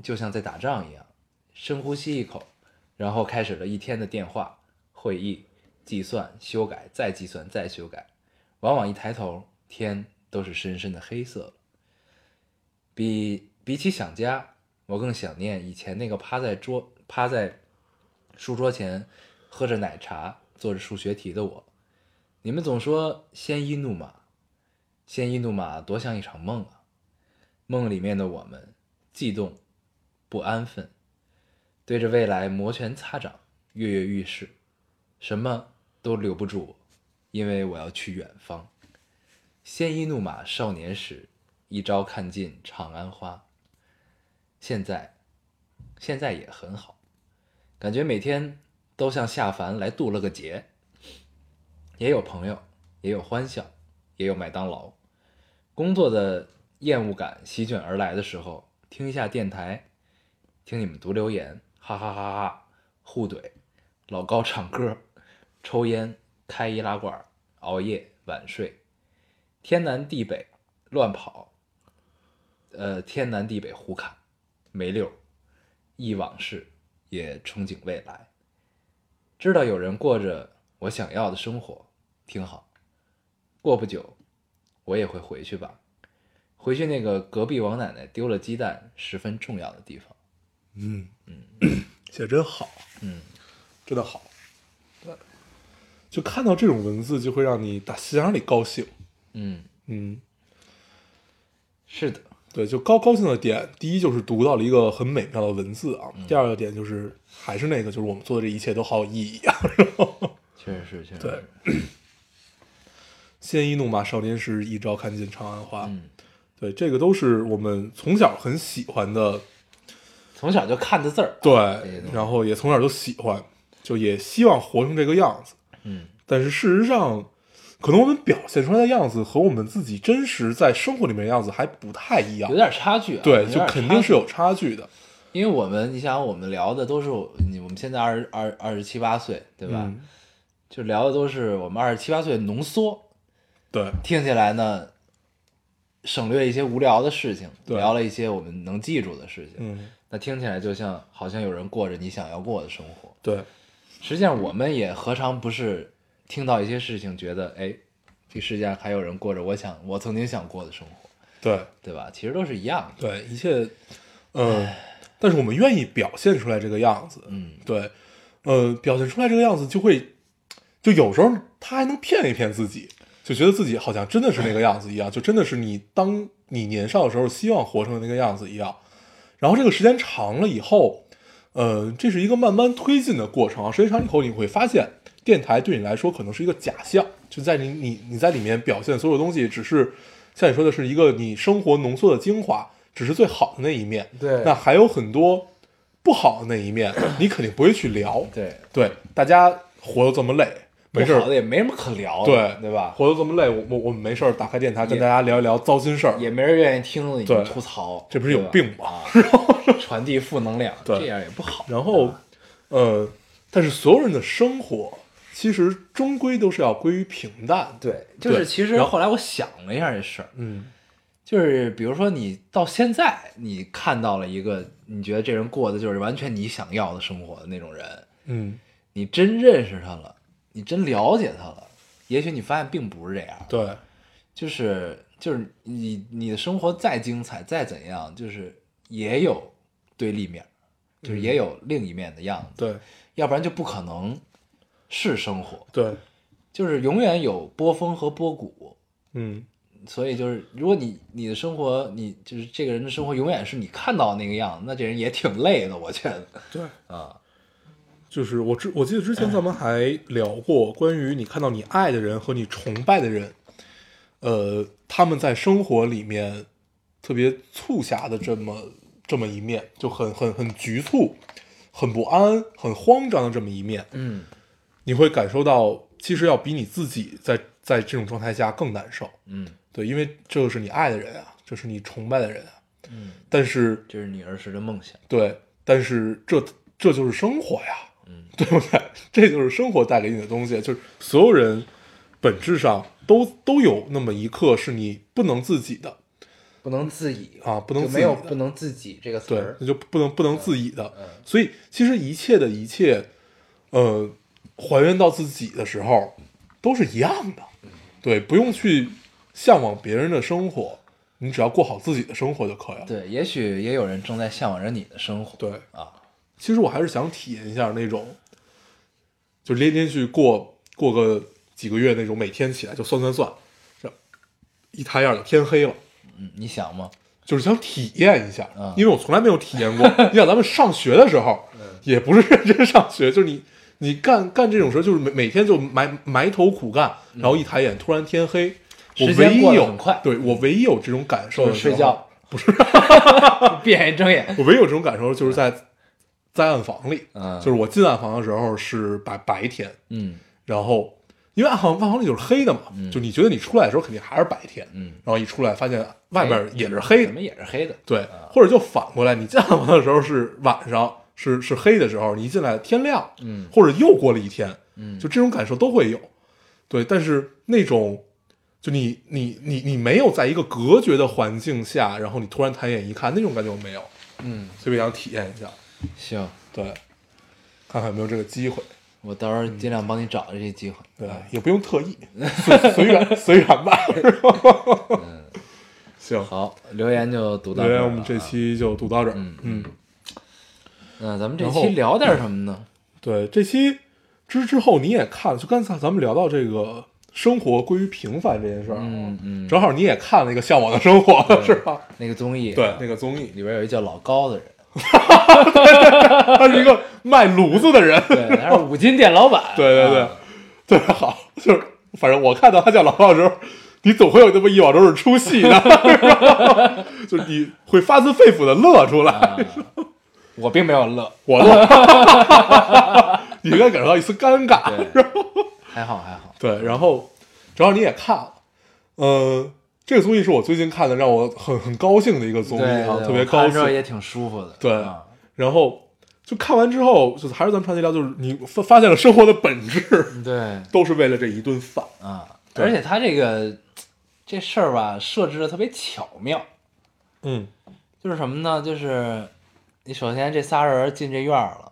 B: 就像在打仗一样，深呼吸一口，然后开始了一天的电话、会议、计算、修改、再计算、再修改。往往一抬头，天都是深深的黑色了。比比起想家，我更想念以前那个趴在桌趴在书桌前喝着奶茶、做着数学题的我。你们总说鲜衣怒马，鲜衣怒马多像一场梦啊！梦里面的我们悸动、不安分，对着未来摩拳擦掌、跃跃欲试，什么都留不住我，因为我要去远方。鲜衣怒马少年时，一朝看尽长安花。现在，现在也很好，感觉每天都像下凡来渡了个劫。也有朋友，也有欢笑，也有麦当劳。工作的厌恶感席卷而来的时候，听一下电台，听你们读留言，哈哈哈哈，互怼，老高唱歌，抽烟，开易拉罐，熬夜晚睡，天南地北乱跑，呃，天南地北胡侃，没溜，忆往事，也憧憬未来。知道有人过着我想要的生活，挺好。过不久，我也会回去吧，回去那个隔壁王奶奶丢了鸡蛋十分重要的地方。
A: 写得真好，
B: 嗯，
A: 真的好。对，就看到这种文字，就会让你打心眼里高兴。
B: 嗯，
A: 嗯，
B: 是的，
A: 对，就高高兴的点，第一就是读到了一个很美妙的文字啊，第二个点就是还是那个，就是我们做的这一切都好有意义啊。
B: 确实是，确实
A: 对
B: 是。
A: 鲜衣怒马少年时，一朝看尽长安花。
B: 嗯，
A: 对，这个都是我们从小很喜欢的，
B: 从小就看的字儿。
A: 对
B: 些东，西
A: 然后也从小就喜欢，就也希望活成这个样子。
B: 嗯，
A: 但是事实上，可能我们表现出来的样子和我们自己真实在生活里面的样子还不太一样
B: 有。点差距啊。有
A: 对，
B: 点
A: 就肯定是
B: 差
A: 有差距的。
B: 距，因为我们，你想，我们聊的都是我你，我们现在二十二二十七八岁，对吧？
A: 嗯
B: 就聊的都是我们二十七八岁的浓缩，
A: 对，
B: 听起来呢，省略一些无聊的事情，
A: 对
B: 聊了一些我们能记住的事情。
A: 嗯，
B: 那听起来就像好像有人过着你想要过的生活。
A: 对，
B: 实际上，我们也何尝不是听到一些事情，觉得哎，这世界上还有人过着我想我曾经想过的生活，
A: 对，
B: 对吧？其实都是一样的。
A: 对，一切，嗯，但是我们愿意表现出来这个样子，
B: 嗯，
A: 对，呃，表现出来这个样子就会，就有时候他还能骗一骗自己，就觉得自己好像真的是那个样子一样，就真的是你当你年少的时候希望活成的那个样子一样。然后这个时间长了以后，呃，这是一个慢慢推进的过程啊。时间长以后，你会发现电台对你来说可能是一个假象，就在你你你在里面表现的所有东西，只是像你说的是一个你生活浓缩的精华，只是最好的那一面。
B: 对
A: 那还有很多不好的那一面，你肯定不会去聊。
B: 对，
A: 对，大家活得这么累，没事
B: 不好的
A: 儿，
B: 也没什么可聊的，
A: 对
B: 对吧？
A: 活得这么累，我我我们没事儿，打开电台跟
B: 也
A: 大家聊一聊糟心事儿。
B: 也没人愿意听你
A: 对
B: 吐槽，
A: 这不是有
B: 对吧
A: 病吗
B: 啊 传递负能量，
A: 对
B: 这样也不好。
A: 然后，呃，但是所有人的生活其实终归都是要归于平淡。
B: 对，就是
A: 对
B: 其实
A: 然后
B: 后来我想了一下这事儿，
A: 嗯，
B: 就是比如说你到现在，你看到了一个你觉得这人过的就是完全你想要的生活的那种人，
A: 嗯，
B: 你真认识他了，你真了解他了，也许你发现并不是这样，
A: 对，
B: 就是就是你你的生活再精彩再怎样，就是也有对立面，就是也有另一面的样子，
A: 对，
B: 要不然就不可能是生活，
A: 对，
B: 就是永远有波峰和波谷，
A: 嗯，
B: 所以就是，如果你你的生活，你就是这个人的生活永远是你看到那个样子，那这人也挺累的，我觉得
A: 对，
B: 啊，
A: 就是我之我记得之前咱们还聊过关于你看到你爱的人和你崇拜的人，呃，他们在生活里面特别促狭的这么这么一面，就很很很局促、很不安、很慌张的这么一面，
B: 嗯，
A: 你会感受到其实要比你自己在在这种状态下更难受。
B: 嗯，
A: 对，因为这是你爱的人啊，这是你崇拜的人啊。嗯，但是
B: 这是你儿时的梦想，
A: 对，但是这这就是生活呀，
B: 嗯，
A: 对不对？这就是生活带给你的东西，就是所有人本质上都都有那么一刻是你不能自己的，
B: 不能自已
A: 啊不能
B: 就
A: 自
B: 没有
A: 已的
B: 不能自己这个词
A: 对
B: 儿，
A: 那。就不能不能自已的。所以其实一切的一切，呃，还原到自己的时候，都是一样的。对，不用去向往别人的生活，你只要过好自己的生活就可以了。
B: 对，也许也有人正在向往着你的生活。
A: 对
B: 啊，
A: 其实我还是想体验一下那种，就连连续过过个几个月那种，每天起来就算算算，这一抬眼就天黑了。
B: 嗯，你想吗？
A: 就是想体验一下
B: 嗯，
A: 因为我从来没有体验过。 你想，咱们上学的时候，也不是认真上学，就是你你干干这种事儿，就是每每天就埋埋头苦干，然后一抬眼突然天黑。我
B: 嗯时
A: 唯
B: 间
A: 一
B: 过得
A: 有
B: 很快
A: 对我唯一有这种感受
B: 就
A: 的
B: 是
A: 时候
B: 睡觉， 闭眼一睁眼，
A: 我唯一有这种感受就是在在暗房里，
B: 嗯
A: 就是我进暗房的时候是白白天，
B: 嗯
A: 然后因为暗房暗房里就是黑的嘛，就你觉得你出来的时候肯定还是白天，
B: 嗯，
A: 然后一出来发现外面也是黑的
B: 怎，么也嗯是黑的。
A: 对，或者就反过来，你进暗房的时候是晚上， 是是黑的时候，你一进来天亮，
B: 嗯
A: 或者又过了一天，
B: 嗯，
A: 就这种感受都会有。对，但是那种就你你你你没有在一个隔绝的环境下，然后你突然抬眼一看，那种感觉我没有，
B: 嗯，
A: 所以我想体验一下，
B: 行，
A: 对，看看有没有这个机会。
B: 我到时候
A: 嗯
B: 尽量帮你找这些机会。
A: 对，也不用特意，随 随缘随缘吧。是吧行，
B: 嗯好，留言就读到
A: 留
B: 这儿
A: 言
B: 了啊
A: 我们这，期就读到这儿。
B: 嗯
A: 嗯，
B: 那嗯咱们这
A: 然后嗯
B: 期聊点什么呢？
A: 对，这期之之后你也看了，就刚才咱们聊到这个生活归于平凡这件事儿，啊
B: 嗯嗯
A: 正好你也看了一个《向往的生活》， 是吧？
B: 那个综艺，
A: 对，那个综艺，
B: 里边有一叫老高的人，
A: 他是一个卖炉子的人，对
B: 对，他是五金店老板，
A: 对对
B: 啊，
A: 特别好，就是反正我看到他叫老高的时候，你总会有那么一秒钟是出戏的，是吧就是你会发自肺腑的乐出来，
B: 啊我并没有乐，
A: 我乐， 你应该感受到一丝尴尬，
B: 对，还好还好，
A: 对，然后正好你也看了，嗯，这个综艺是我最近看的，让我很很高兴的一个 综艺
B: 对，
A: 啊，
B: 对
A: 特别
B: 我看
A: 高
B: 完之后
A: 兴。
B: 也挺舒服的，
A: 对
B: 啊
A: 然后就看完之后，就是还是咱们上期聊，就是你发发现了生活的本质，
B: 对
A: 都是为了这一顿饭。
B: 啊，
A: 对
B: 而且他这个这事儿吧，设置的特别巧妙，
A: 嗯，
B: 就是什么呢？就是你首先这仨人进这院儿了，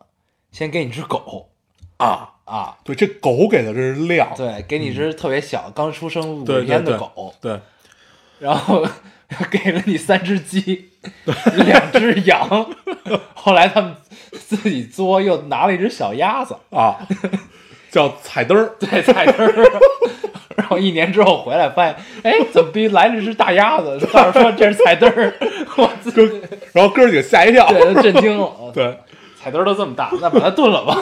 B: 先给你只狗
A: 啊，
B: 啊，
A: 对，这狗给的真是亮。
B: 对，给你只特别小、刚出生五
A: 对对
B: 天的
A: 对
B: 狗，
A: 对
B: 然后 给了你三只鸡，两只羊， 后来他们自己作又拿了一只小鸭子，
A: 啊， 叫彩灯儿，
B: 对，彩灯儿。 然后一年之后回来发现，哎，怎么逼来了只大鸭子？告诉说这是彩灯儿，我自己
A: 哥，然后哥儿几个吓一跳。
B: 对都震惊 了。，
A: 对
B: 彩灯儿都这么大，那把它炖了吧。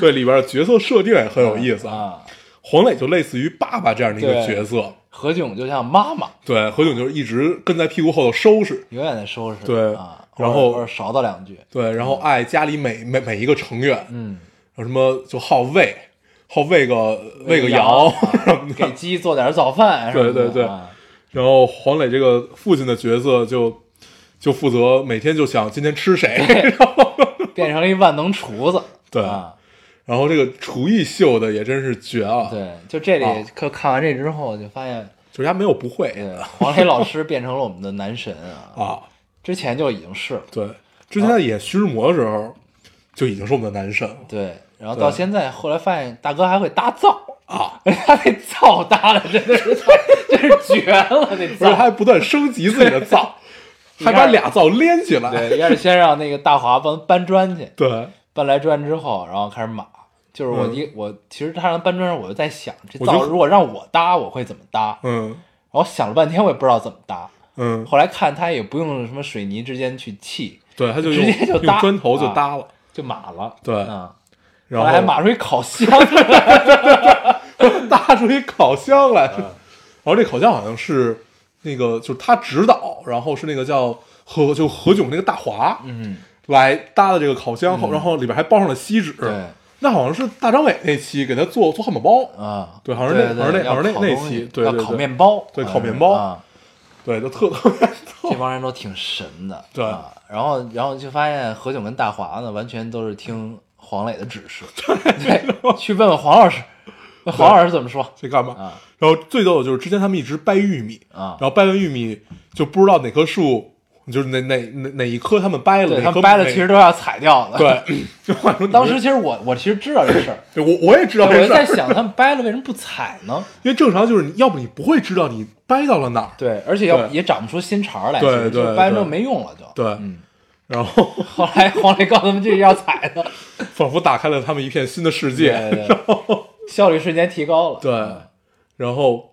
A: 对，里边的角色设定也很有意思。
B: 啊，
A: 黄磊就类似于爸爸这样的一个
B: 对
A: 角色，
B: 何炅就像妈妈，
A: 对，何炅就是一直跟在屁股后头收拾，
B: 永远在收拾。
A: 对
B: 啊，
A: 然
B: 偶尔
A: 后
B: 偶尔勺叨两句。
A: 对，然后爱家里每每每一个成员，
B: 嗯，
A: 然后什么就好喂，好喂个喂个
B: 羊
A: 羊什么
B: 给
A: 的。
B: 鸡做点早饭什么的。
A: 对对对
B: 啊
A: 然后黄磊这个父亲的角色就就负责每天就想今天吃谁，然后
B: 变成了一万能厨子。
A: 对
B: 啊，
A: 然后这个厨艺秀的也真是绝啊！，
B: 对，就这里
A: 啊
B: 看看完这之后，就发现，
A: 就是人家没有不会
B: 呃，黄磊老师变成了我们的男神啊，
A: 啊。
B: 之前就已经是了
A: 对，之
B: 啊
A: 前在演徐志摩的时候就已经是我们的男 神了
B: 对，然后
A: 对
B: 到现在，后来发现大哥还会搭灶，
A: 啊，
B: 他那灶搭的真的是太，真是绝了，那
A: 而且他
B: 灶。
A: 还不断升级自 己的灶，还把俩灶连起来。
B: 对，一开始先让那个大华搬搬砖去，
A: 对，
B: 搬来砖之后，然后开始码。就是我
A: 嗯
B: 一、我其实他让搬砖时，我就在想，这
A: 我就
B: 灶如果让我搭，我会怎么搭？
A: 嗯
B: 然后想了半天，我也不知道怎么搭。
A: 嗯，
B: 后来看他也不用什么水泥之间去砌，
A: 对，他就
B: 直
A: 用
B: 接就搭
A: 用砖头就
B: 啊
A: 搭了，
B: 就码了。
A: 对
B: 啊，
A: 然
B: 后
A: 后
B: 来还码出一烤 箱 来。
A: 搭出一烤箱来。
B: 嗯
A: 然后这烤箱好像是那个，就是他指导，然后是那个叫何，就何炅那个大华
B: 嗯，
A: 来搭的这个烤箱，后然后里边还包上了锡纸。
B: 对，
A: 那好像是大张伟那期给他做做汉堡包，
B: 啊，
A: 对好像是那
B: 对
A: 好像是那
B: 要
A: 好像是那
B: 烤
A: 那
B: 东西
A: 期对
B: 要
A: 对
B: 烤
A: 对
B: 面包，
A: 对
B: 好
A: 烤
B: 像是
A: 面包
B: 啊，
A: 对，就特特别逗
B: 这帮人都挺神的。
A: 对
B: 啊，然后然后就发现何炅跟 大华呢，完全都是听黄磊的指示，对，去问问黄老师。那黄老师怎么说
A: 这干嘛？
B: 啊
A: 然后最逗的就是之前他们一直掰玉米，
B: 啊？
A: 然后掰完玉米就不知道哪棵树，就是哪哪哪哪一棵他们掰了，
B: 对
A: 哪
B: 他
A: 棵
B: 们掰了，
A: 哪
B: 其实都要踩掉的。，
A: 对， 就换成
B: 当时其实我我其实知道这事儿，
A: 对我我也知道
B: 我
A: 这
B: 就
A: 事
B: 在
A: 儿，
B: 想他们掰了为什么不踩呢？
A: 因为正常就是你要不你不会知道你掰到了哪儿，
B: 对，而且要
A: 对
B: 也长不出新茬儿来，
A: 对
B: 其实就
A: 对
B: 掰完之后
A: 对
B: 没用了就。
A: 对，
B: 嗯
A: 然后
B: 后来黄磊告诉他们这是要踩的，
A: 仿佛打开了他们一片新的世界，
B: 对对对， 效率瞬间提高了。
A: 对
B: 嗯
A: 然后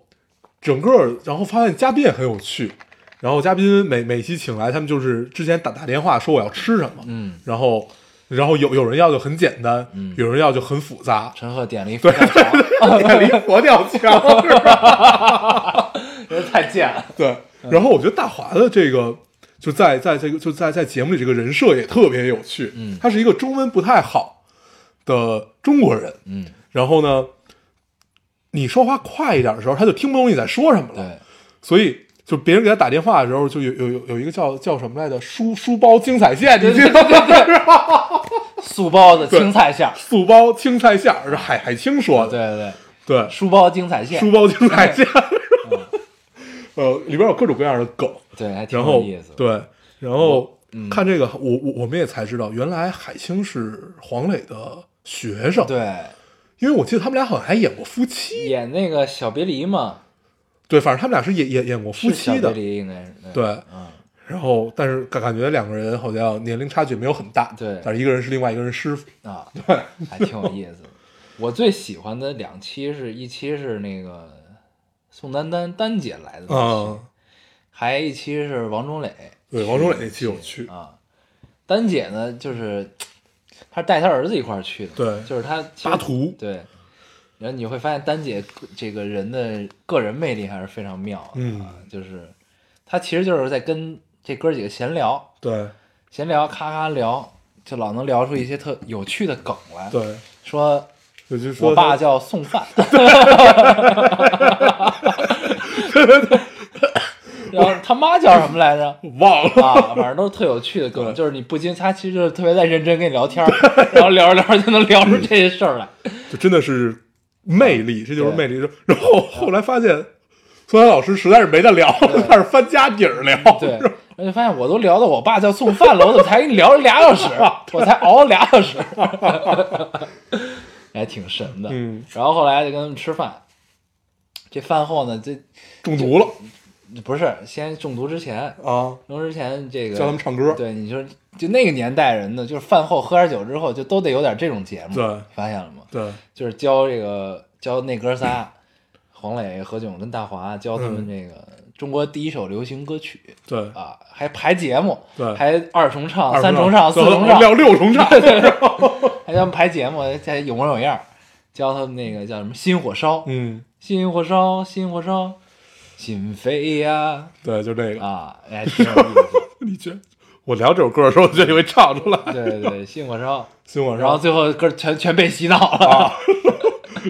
A: 整个，然后发现嘉宾也很有趣。然后嘉宾每每期请来，他们就是之前打打电话说我要吃什么，
B: 嗯，
A: 然后然后有有人要就很简单，
B: 嗯
A: 有人要就很复杂
B: ，陈赫点了一佛跳墙，
A: 远离佛跳墙。是吧
B: 真是太贱了。
A: 对，然后我觉得大华的这个就在在这个就在在节目里这个人设也特别有趣，
B: 嗯
A: 他是一个中文不太好的中国人，
B: 嗯，
A: 然后呢，你说话快一点的时候，他就听不懂你在说什么了，
B: 对，
A: 所以就别人给他打电话的时候，就有有有有一个叫叫什么来着，书书包精彩线，你记得吗？
B: 素包子青菜馅儿，
A: 素包青菜馅儿是海海清说
B: 对
A: 的，
B: 对
A: 对
B: 对，，书包精彩馅，
A: 书包精彩线， 呃，里边有各种各样的梗，
B: 对，还挺
A: 然
B: 有
A: 后
B: 意思的。嗯
A: 对，然后看这个，我我我们也才知道，原来海清是黄磊的学生，，
B: 对，
A: 因为我记得他们俩好像还演过夫妻，
B: 演那个小别离嘛，
A: 对，反正他们俩是演演演过夫
B: 是小
A: 妻的
B: 别，离应该是。
A: 对，
B: 嗯，
A: 然后，但是感感觉两个人好像年龄差距没有很大，
B: 对
A: 但是一个人是另外一个人师傅，
B: 啊，对，还挺有意思的。我最喜欢的两期是一期是那个宋丹丹丹姐来的那期，
A: 嗯，
B: 还一期是王中磊。
A: 对，王中磊那期有趣，
B: 啊。丹姐呢，就是她是带她儿子一块儿去的嘛，
A: 对
B: 就是她其实
A: 巴图
B: 对。然后你会发现丹姐这个人的个人魅力还是非常妙的，
A: 嗯
B: 啊，就是她其实就是在跟这哥儿几个闲聊，
A: 对
B: 闲聊咔咔聊，就老能聊出一些特有趣的梗来，，
A: 对，
B: 说
A: 我就说
B: 我爸
A: 他，
B: 叫送 饭， 然后他妈叫什么来着？
A: 忘了，
B: 啊，反正都是特有趣的梗，
A: 对
B: 就是你不禁他其实就是特别在认真跟你聊天儿，然后聊着聊着就能聊出这些事儿来。
A: 就真的是魅力，这就是
B: 啊对
A: 魅力。然后后来发现，宋丹老师实在是没得聊，就开始翻家底儿聊，
B: 对，然后就发现我都聊到我爸叫送饭了，我怎么才跟你聊了俩小时？啊 我才熬了俩小时， 还挺神的。
A: 嗯，
B: 然后后来就跟他们吃饭，这饭后呢，这
A: 中毒了
B: 不是先中毒之前，
A: 啊，
B: 中毒之前这个
A: 教他们唱歌
B: 对，你说就那个年代人呢，就是饭后喝点酒之后，就都得有点这种节目，
A: 对
B: 发现了吗？
A: 对
B: 就是教这个教那哥仨，黄磊、何炅跟大华教他
A: 嗯
B: 们这个中国第一首流行歌曲
A: 对，
B: 啊，还排节目，
A: 对
B: 还二重唱、
A: 二
B: 啊三重唱、四
A: 最后
B: 重唱，
A: 聊 六重唱，
B: 还教他们排节目，还有模有样儿，教他们那个叫什么心火烧，
A: 嗯，
B: 心火烧，心火烧，心扉呀
A: 对，就这个，
B: 啊，哎，挺有意思，
A: 你觉得我聊这首歌的时候，我觉得你会唱出来，
B: 对对对，心火烧，
A: 行，我
B: 然后最后歌全全被洗脑了，
A: 啊，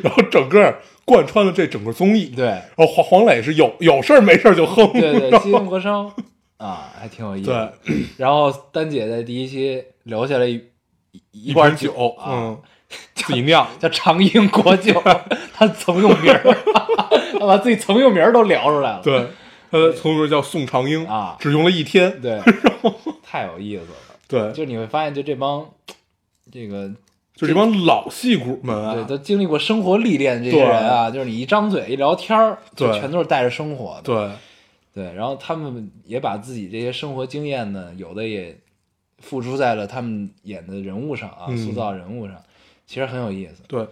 A: 然后整个贯穿了这整个综艺。
B: 对
A: 然后黄黄磊是有有事儿没事儿就哼，
B: 对对，
A: 然后
B: 心火烧啊，还挺有意思的。
A: 对
B: 然后丹姐在第一期留下了一一
A: 一
B: 一罐
A: 瓶酒，
B: 啊，
A: 嗯，自己酿，
B: 叫长英国 酒，她曾用名儿， 她把自己曾用名儿都聊出来了。
A: 对，他的从名叫宋长英
B: 啊
A: 只用了一天，
B: 对，太有意思了。
A: 对，
B: 就你会发现，就这帮这个
A: 就这帮老戏骨们啊，
B: 对都经历过生活历练这些人啊，就是你一张嘴一聊天儿，就
A: 对
B: 全都是带着生活的。
A: 对
B: 对，然后他们也把自己这些生活经验呢，有的也付出在了他们演的人物上啊，
A: 嗯
B: 塑造人物上，其实很有意思。
A: 对，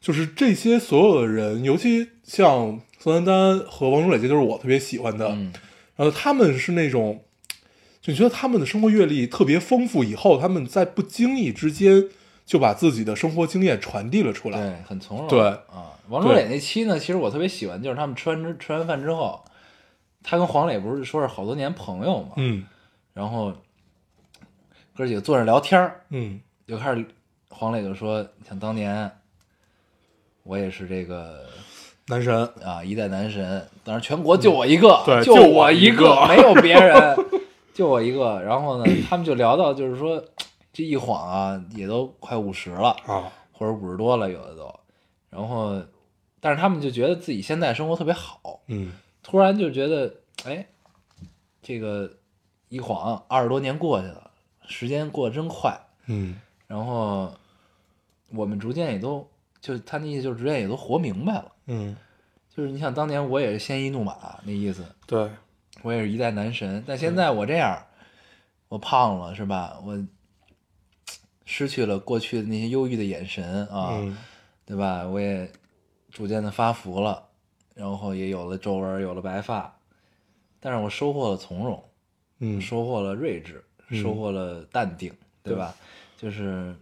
A: 就是这些所有的人，尤其像宋丹丹和王中磊，这就是我特别喜欢的。
B: 嗯，
A: 然后他们是那种，就你觉得他们的生活阅历特别丰富，以后他们在不经意之间就把自己的生活经验传递了出来。
B: 对，很从容。
A: 对
B: 啊，王中
A: 对
B: 磊那期呢，其实我特别喜欢，就是他们吃完之吃完饭之后，他跟黄磊不是说是好多年朋友嘛，
A: 嗯
B: 然后哥几个坐着聊天儿，
A: 嗯
B: 就开始黄磊就说，想当年我也是这个
A: 男神，
B: 啊，一代男神，当时全国就我一个，
A: 嗯对
B: 就
A: 就
B: 我
A: 我
B: 一
A: 一
B: 个，
A: 个
B: 没有别 人，就我一个。然后呢，他们就聊到，就是说，这一晃啊，也都快五十了，
A: 啊，
B: 或者五十多了，有的都。然后但是他们就觉得自己现在生活特别好，
A: 嗯
B: 突然就觉得，哎，这个一晃二十多年过去了，时间过得真快。
A: 嗯
B: 然后我们逐渐也都，就他那意思就是逐渐也都活明白了。
A: 嗯，
B: 就是你想当年我也是鲜衣怒马那意思，
A: 对，
B: 我也是一代男神，但现在我这样，我胖了是吧？我失去了过去的那些忧郁的眼神啊，
A: 嗯
B: 对吧？我也逐渐的发福了，然后也有了皱纹，有了白发，但是我收获了从容，
A: 嗯
B: 收获了睿智，
A: 嗯
B: 收获了淡定，对吧？就是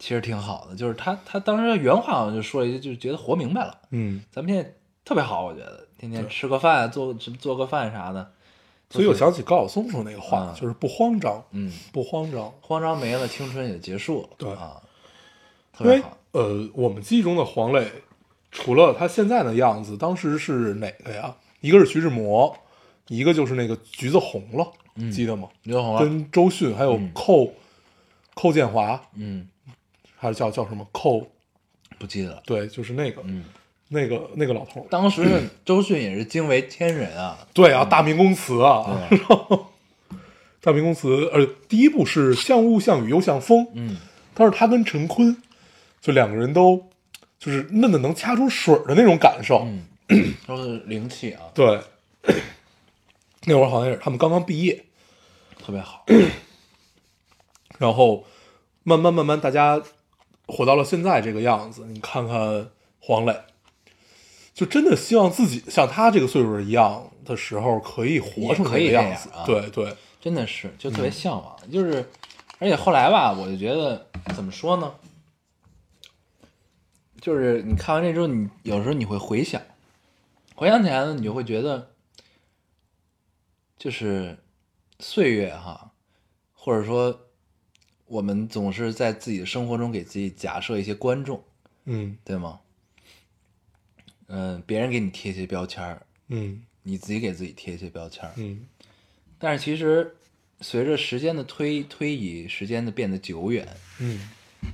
B: 其实挺好的。就是他他当时原话好像就说了一句，就是觉得活明白了。
A: 嗯，
B: 咱们现在特别好，我觉得天天
A: 对
B: 吃个饭，做做个饭啥的，
A: 所以我想起高晓松说那个话，
B: 嗯
A: 就是不慌张，
B: 嗯，
A: 不慌张，
B: 慌张没了，青春也结束了，
A: 对
B: 啊，特
A: 因
B: 别
A: 为
B: 好。
A: 呃，我们记忆中的黄磊，除了他现在的样子，当时是哪个呀？一个是徐志摩，一个就是那个橘子红了，记得吗？
B: 刘嗯红啊，
A: 跟周迅还有寇、寇建华，
B: 嗯，
A: 还是叫叫什么寇？
B: 不记得了。
A: 对，就是那个，
B: 嗯
A: 那个那个老头儿。
B: 当时周迅也是惊为天人啊，
A: 对啊，大明宫词啊，
B: 对，
A: 大明宫词。呃，第一部是《像雾像雨又像风》，
B: 嗯，
A: 但是他跟陈坤，就两个人都就是嫩的能掐出水儿的那种感受。
B: 嗯都是灵气啊，
A: 对， 那会儿好像也是他们刚刚毕业，
B: 特别好。
A: 然后慢慢慢慢大家火到了现在这个样子。你看看黄磊，就真的希望自己像他这个岁数一样的时候，可以活成
B: 也可以
A: 这个
B: 这
A: 样
B: 样
A: 子。
B: 啊
A: 对对，
B: 真的是就特别向往，就是而且后来吧，我就觉得怎么说呢，就是你看完这之后，你有时候你会回想，回想起来呢，你就会觉得，就是岁月哈，或者说我们总是在自己的生活中给自己假设一些观众，
A: 嗯
B: 对吗？嗯，别人给你贴一些标签儿，
A: 嗯
B: 你自己给自己贴一些标签儿，
A: 嗯
B: 但是其实随着时间的推推移，时间的变得久远，
A: 嗯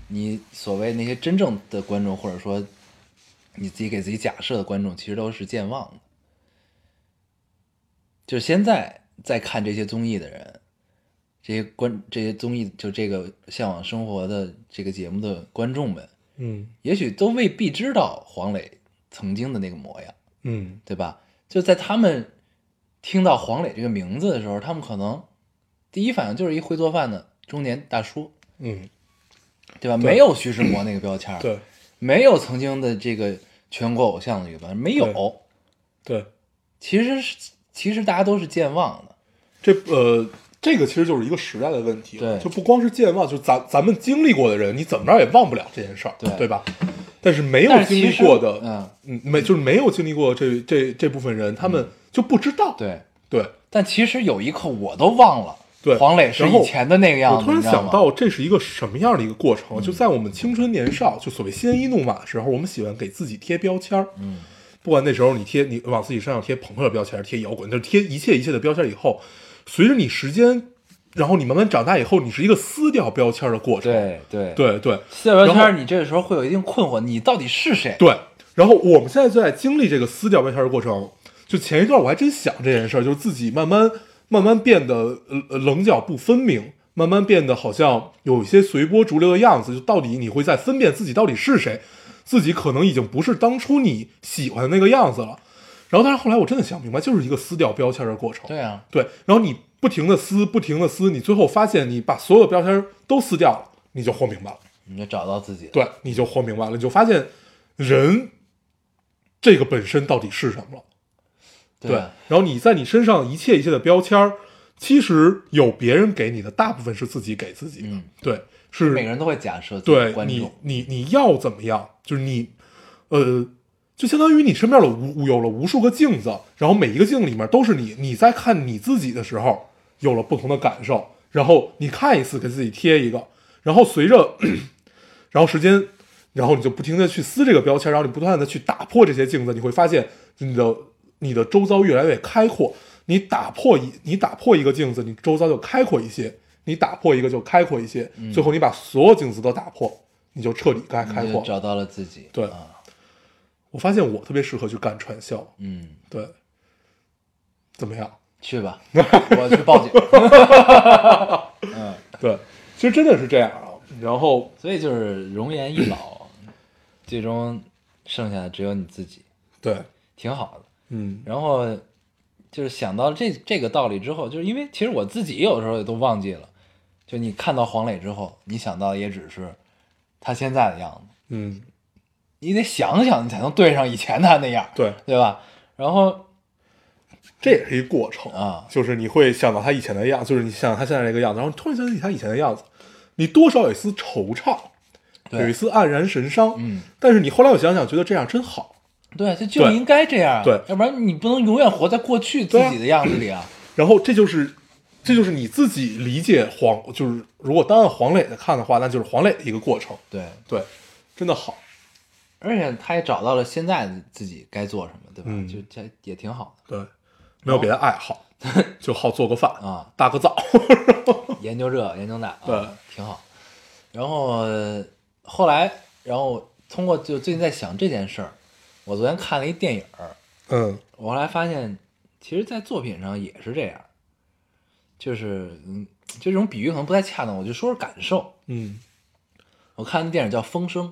B: 你所谓那些真正的观众，或者说你自己给自己假设的观众，其实都是健忘的。就是现在在看这些综艺的人，这些观这些综艺就这个《向往生活》的这个节目的观众们，
A: 嗯
B: 也许都未必知道黄磊曾经的那个模样。
A: 嗯
B: 对吧？就在他们听到黄磊这个名字的时候，他们可能第一反应就是一会做饭的中年大叔，
A: 嗯，
B: 对吧？没有徐志摩那个标签儿，
A: 对
B: 没有曾经的这个全国偶像的那个标签儿，没有
A: 对。对，
B: 其实是其实大家都是健忘的，
A: 这呃，这个其实就是一个时代的问题了，
B: 对
A: 就不光是健忘，就是咱咱们经历过的人，你怎么着也忘不了这件事儿，
B: 对
A: 吧？但是没有
B: 但是
A: 经
B: 其
A: 历
B: 实
A: 过的，
B: 嗯，
A: 嗯，没就是没有经历过这这这部分人，他们就不知道，
B: 对。
A: 对。
B: 但其实有一刻我都忘了，
A: 对
B: 黄磊是
A: 然后
B: 以前的那个样
A: 我
B: 子，
A: 突然
B: 你知道
A: 想
B: 吗嗯
A: 到，这是一个什么样的一个过程？啊就在我们青春年少，就所谓鲜衣怒马的时候，我们喜欢给自己贴标签儿。嗯，不管那时候你贴你往自己身上贴朋克的标签儿，贴摇滚，就是贴一切一切的标签儿以后，随着你时间，然后你慢慢长大以后，你是一个撕掉标签儿的过程。
B: 对对，
A: 对对
B: 四小标签
A: 然
B: 儿，
A: 后
B: 你这个时候会有一定困惑，你到底是谁？
A: 对，然后我们现在就在经历这个撕掉标签儿的过程。就前一段我还真想这件事儿，就是自己慢慢慢慢变得呃呃棱角不分明，慢慢变得好像有一些随波逐流的样子。就到底你会在分辨自己到底是谁，自己可能已经不是当初你喜欢的那个样子了。然后，但是后来我真的想明白，就是一个撕掉标签儿的过程。
B: 对啊，
A: 对，然后你不停的撕，不停的撕，你最后发现你把所有的标签儿都撕掉了，你就活明白了。
B: 你就找到自己了。
A: 对，你就活明白了，你就发现人这个本身到底是什么了。对，
B: 对啊，
A: 然后你在你身上一切一切的标签儿，其实有别人给你的，大部分是自己给自己的。
B: 嗯
A: 对，是
B: 每个人都会假设自己的
A: 对
B: 观
A: 你
B: 众，
A: 你你要怎么样？就是你，呃，就相当于你身边有无有了无数个镜子，然后每一个镜子里面都是你，你在看你自己的时候有了不同的感受，然后你看一次给自己贴一个，然后随着，然后时间，然后你就不停的去撕这个标签，然后你不断的去打破这些镜子，你会发现你的你的周遭越来越开阔。你打破一你打破一个镜子，你周遭就开阔一些；你打破一个就开阔一些，最后你嗯把所有镜子都打破，你就彻底该开
B: 你
A: 阔
B: 就。找到了自己。
A: 对
B: 啊，
A: 我发现我特别适合去干传销。
B: 嗯，
A: 对，怎么样？
B: 去 吧，我去报警。
A: 对，其实真的是这样啊。然后
B: 所以就是容颜一老，最终剩下的只有你自己，
A: 对，
B: 挺好的。
A: 嗯，
B: 然后就是想到这这个道理之后，就是因为其实我自己有时候也都忘记了，就你看到黄磊之后，你想到的也只是他现在的样子，
A: 嗯，
B: 你得想想，你才能对上以前他那样，
A: 对，
B: 对吧？然后
A: 这也是一过程
B: 啊
A: 就是你会想到他以前的样，就是你想到他现在这个样子，然后突然想起他以前的样子，你多少有一丝惆怅，有一
B: 对
A: 丝黯然神伤。
B: 嗯，
A: 但是你后来又想想，觉得这样真好。
B: 对，这就应该这样啊，
A: 对
B: 要不然你不能永远活在过去自
A: 对啊
B: 己的样子里啊。
A: 然后这就是，这就是你自己理解黄，就是如果单按黄磊的看的话，那就是黄磊的一个过程。
B: 对，
A: 对，真的好。
B: 而且他也找到了现在自己该做什么，对吧？
A: 嗯
B: 就这也挺好
A: 对，没有别的爱 好，就好做个饭
B: 的，啊。
A: 搭个灶。
B: 研究这研究那，
A: 对
B: 啊，挺好。然后呃后来，然后通过就最近在想这件事儿，我昨天看了一电影儿，
A: 嗯
B: 我后来发现，其实，在作品上也是这样，就是嗯，这种比喻可能不太恰当，我就说说感受。
A: 嗯
B: 我看的电影叫《风声》，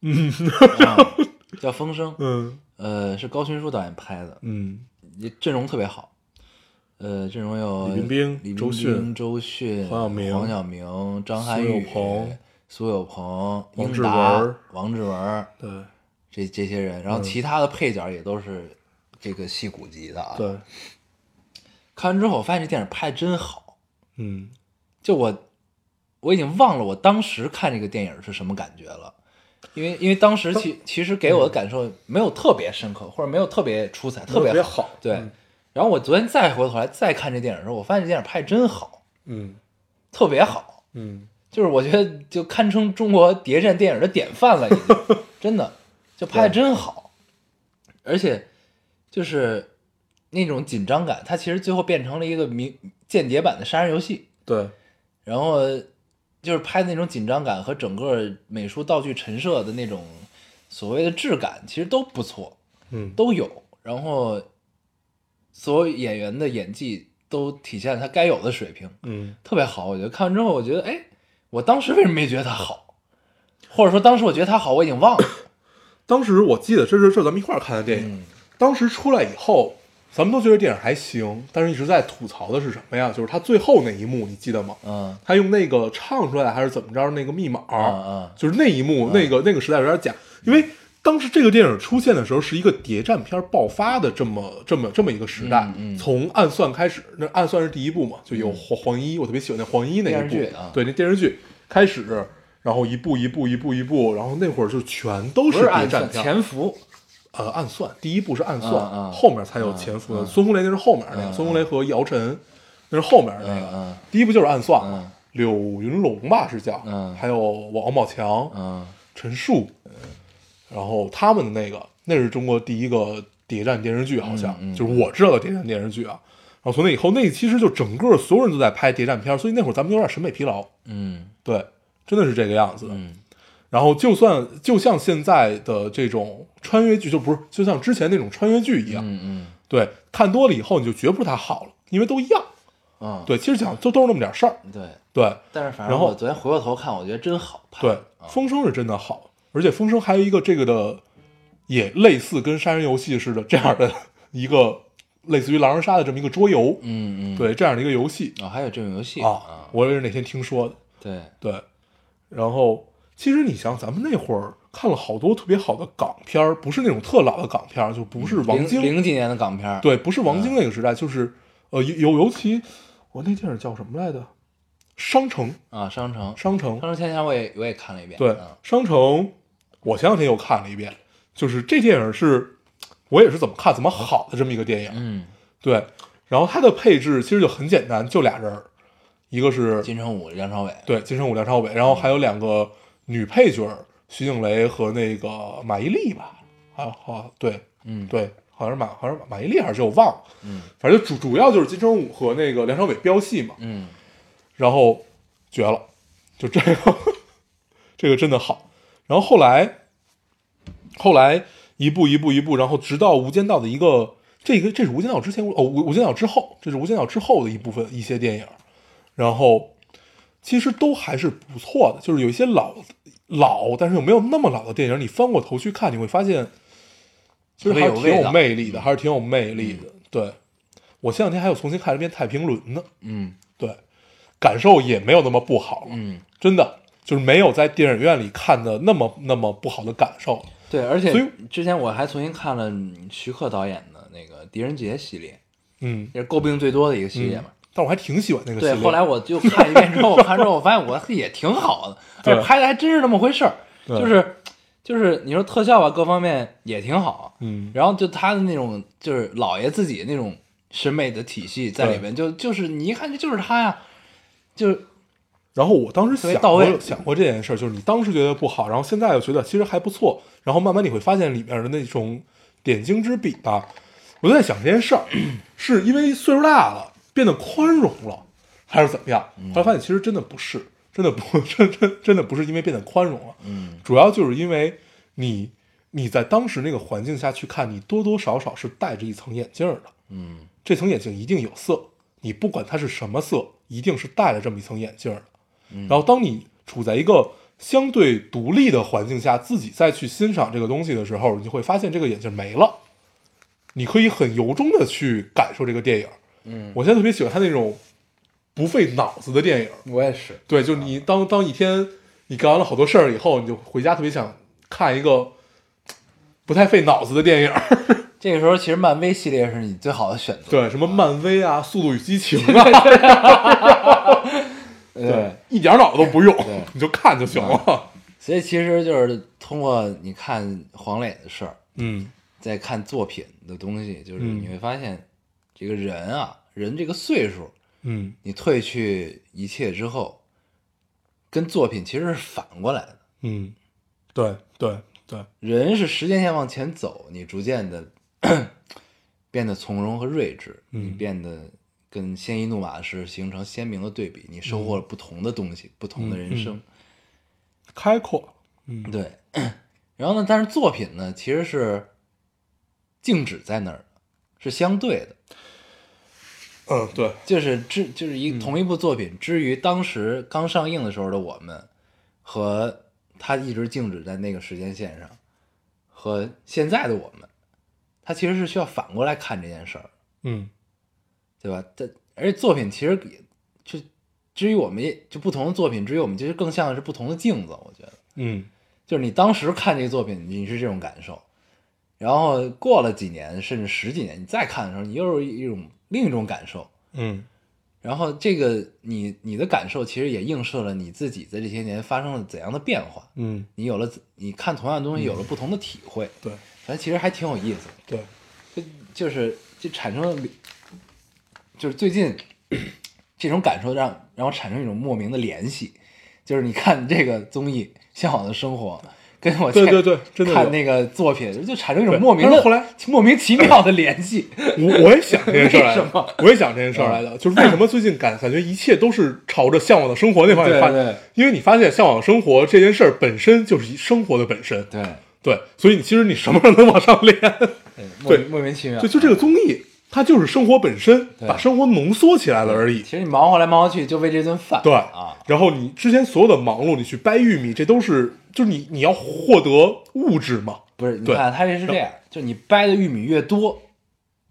B: 嗯，啊、叫《风声》，
A: 嗯
B: 呃，是高群书导演拍的，
A: 嗯
B: 也阵容特别好，呃，阵容有
A: 李冰冰
B: 李
A: 周
B: 冰
A: 迅
B: 冰、周迅、
A: 黄晓明
B: 黄晓明、张
A: 苏
B: 涵
A: 有
B: 予、
A: 朋、
B: 苏有朋、
A: 王
B: 英
A: 志
B: 达
A: 文、嗯
B: 王志文
A: 对嗯
B: 这这些人，然后其他的配角也都是这个戏骨级的啊。，
A: 对，
B: 看完之后我发现这电影拍得真好，
A: 嗯
B: 就我我已经忘了我当时看这个电影是什么感觉了。因为因为当时其其实给我的感受没有特别深刻，或者没有特别出彩，特
A: 特别
B: 别
A: 好
B: 对
A: 嗯，
B: 然后我昨天再回头来再看这电影的时候，我发现这电影拍得真好，
A: 嗯
B: 特别好，
A: 嗯
B: 就是我觉得就堪称中国谍战电影的典范了，已经真的就拍得真好，而且就是那种紧张感，它其实最后变成了一个明间谍版的杀人游戏，
A: 对，
B: 然后就是拍的那种紧张感和整个美术道具陈设的那种所谓的质感，其实都不错，
A: 嗯
B: 都有，然后所有演员的演技都体现了他该有的水平，
A: 嗯
B: 特别好。我觉得看完之后，我觉得，哎，我当时为什么没觉得他好？或者说当时我觉得他好，我已经忘了。
A: 当时我记得这是这是咱们一块儿看的电影，当时出来以后，咱们都觉得电影还行，但是一直在吐槽的是什么呀？就是他最后那一幕，你记得吗？
B: 嗯
A: 他用那个唱出来还是怎么着那个密码，
B: 嗯嗯
A: 就是那一幕，那个那个时代有点假，因为当时这个电影出现的时候是一个谍战片爆发的这么这么这么一个时代，
B: 嗯嗯嗯
A: 从暗算开始，那暗算是第一部嘛，就有黄黄衣，我特别喜欢那黄衣那一
B: 电视剧
A: 部，
B: 啊
A: 对，那电视剧开始。然后一步一步一步一步，然后那会儿就全都
B: 不
A: 是谍
B: 暗
A: 战
B: 算，
A: 片，
B: 潜伏。
A: 呃，暗算，第一部是暗算，
B: 嗯嗯
A: 后面才有潜伏的。
B: 嗯嗯
A: 孙红雷那是后面那个，
B: 嗯
A: 孙红雷和姚晨那是后面那个。
B: 嗯嗯
A: 第一部就是暗算，
B: 嗯
A: 柳云龙吧是叫，
B: 嗯
A: 还有王宝强、
B: 嗯
A: 陈数，然后他们的那个，那是中国第一个谍战电视剧，好像、
B: 嗯嗯
A: 就是我知道的谍战电视剧啊。然后从那以后，那其实就整个所有人都在拍谍战片，所以那会儿咱们有点审美疲劳，
B: 嗯
A: 对，真的是这个样子的。
B: 嗯
A: 然后就算就像现在的这种穿越剧，就不是就像之前那种穿越剧一样，
B: 嗯嗯
A: 对，看多了以后你就觉不出它好了，因为都一样。
B: 嗯，
A: 对，其实讲都都是那么点事儿。
B: 对。
A: 对
B: 但是反
A: 然
B: 正
A: 后
B: 我昨天回过头看，我觉得真好拍。
A: 对，风声是真的好，而且风声还有一个这个的，也类似跟杀人游戏似的这样的一个类似于狼人杀的这么一个桌游，
B: 嗯嗯。
A: 对这样的一个游戏
B: 哦，还有这种游戏
A: 啊，我也是那天听说的。
B: 对，
A: 对，然后其实你想，咱们那会儿看了好多特别好的港片儿，不是那种特老的港片儿，就不是王
B: 嗯零嗯
A: 晶，
B: 零几年的港片儿。
A: 对，不是王晶那个时代，就是呃，尤尤尤其我那电影叫什么来着？商城，
B: 啊，商城。
A: 商城，
B: 商城前天我也我也看了一遍。
A: 对
B: 嗯，
A: 商城，我前两天又看了一遍，就是这电影是我也是怎么看怎么好的这么一个电影，
B: 嗯，
A: 对，然后它的配置其实就很简单，就俩人儿，一个是
B: 金城武、梁朝伟。
A: 对，金城武、梁朝伟，然后还有两个女配角儿，徐静蕾和那个马伊琍吧，啊，好，对，
B: 嗯
A: 对，好像是马，好像是马伊琍还是我忘了，嗯，反正就主主要就是金城武和那个梁朝伟飙戏嘛，
B: 嗯
A: 然后绝 了，就这个，这个真的好。然后后来后来一步一步一步，然后直到《无间道》的一个这个这是《无间道》之前哦，《无无间道》之后，这是《无间道》之后的一部分一些电影，然后其实都还是不错的，就是有一些老老，但是又没有那么老的电影，你翻过头去看，你会发现其实还是
B: 特
A: 挺
B: 别有味
A: 有
B: 道
A: 魅力的，还是挺有魅力的。对我前两天还有重新看了一遍《太平轮》呢，
B: 嗯
A: 对，感受也没有那么不好了，
B: 嗯，
A: 真的就是没有在电影院里看的那么那么不好的感受了。
B: 对，而且
A: 所以
B: 之前我还重新看了嗯徐克导演的那个《狄仁杰》系列，
A: 嗯，
B: 也是诟病最多的一个系列嘛。
A: 但我还挺喜欢那个系
B: 对，
A: 列。
B: 后来我就看一遍之后，我看之后我发现我也挺好的，
A: 对
B: 而且拍的还真是那么回事儿，
A: 对
B: 就是就是你说特效啊，各方面也挺好，
A: 嗯，
B: 然后就他的那种就是老爷自己那种审美的体系在里边，就就是你一看这就是他呀，就是
A: 然后我当时
B: 特别
A: 想
B: 到位
A: 过想过这件事儿，就是你当时觉得不好，然后现在又觉得其实还不错，然后慢慢你会发现里面的那种点睛之笔吧。我就在想这件事儿，是因为岁数大了变得宽容了，还是怎么样？
B: 嗯
A: 后来发现其实真的不是，真的不 真真真的不是因为变得宽容了，
B: 嗯，
A: 主要就是因为你你在当时那个环境下去看，你多多少少是戴着一层眼镜儿的，
B: 嗯，
A: 这层眼镜一定有色，你不管它是什么色，一定是戴了这么一层眼镜儿的。
B: 嗯
A: 然后当你处在一个相对独立的环境下，自己再去欣赏这个东西的时候，你会发现这个眼镜没了，你可以很由衷的去感受这个电影。
B: 嗯，
A: 我现在特别喜欢他那种不费脑子的电影，
B: 我也是，
A: 对，就
B: 啊
A: 你当当一天你干完了好多事儿以后，你就回家特别想看一个不太费脑子 的电影，
B: 这个时候其实漫威系列是你最好的选择，
A: 对，什么漫威啊、速度与激情啊，
B: 对
A: 对，一点脑子都不用
B: 对，
A: 你就看就行了。
B: 所以其实就是通过你看黄磊的事儿，
A: 嗯，
B: 再看作品的东西，就是
A: 嗯
B: 你会发现，这个人啊，人这个岁数，
A: 嗯，
B: 你褪去一切之后，跟作品其实是反过来的。
A: 嗯，对对对，
B: 人是时间线往前走，你逐渐的 变得从容和睿智，
A: 嗯
B: 你变得跟鲜衣怒马的时候形成鲜明的对比，你收获了不同的东西，不同的人生。
A: 开阔，嗯
B: 对，然后呢，但是作品呢，其实是静止在那儿的，是相对的。
A: 嗯，对，
B: 就是之就是一同一部作品，之于当时刚上映的时候的我们，和它一直静止在那个时间线上，和现在的我们，它其实是需要反过来看这件事儿，
A: 嗯
B: 对吧？但而且作品其实也就至于我们也就不同的作品，至于我们其实更像的是不同的镜子，我觉得
A: 嗯
B: 就是你当时看这个作品，你是这种感受，然后过了几年甚至十几年，你再看的时候，你又是一种另一种感受。
A: 嗯
B: 然后这个你你的感受其实也映射了你自己在这些年发生了怎样的变化，
A: 嗯，
B: 你有了自你看同样的东西有了不同的体会，
A: 对
B: 反正其实还挺有意思的，
A: 对，
B: 就就是就产生了，就是最近这种感受让让我产生一种莫名的联系，就是你看这个综艺《向往的生活》。跟我
A: 对
B: 现
A: 对对真的有
B: 看那个作品，就产生一种
A: 对
B: 莫名
A: 但
B: 的
A: 是后来
B: 莫名其妙的联 系。
A: 我我也想这件事儿 来
B: 为什么
A: 的，我也想这件事儿来的，就是为什么最近感感觉一切都是朝着向往的生活那方面发
B: 对
A: 展
B: 对，
A: 因为你发现向往生活这件事儿本身就是一生活的本身，
B: 对，
A: 对，所以你其实你什么时候能往上连？
B: 莫名
A: 对
B: 莫名其妙。啊
A: 就就这个综艺，它就是生活本身，
B: 对
A: 把生活浓缩起来了而已
B: 其。实你忙活来忙活去，就为这顿饭。
A: 对
B: 啊，
A: 然后你之前所有的忙碌，你去掰玉米，这都是就是你你要获得物质嘛
B: 不是，你
A: 对
B: 看它这是这样，就你掰的玉米越多，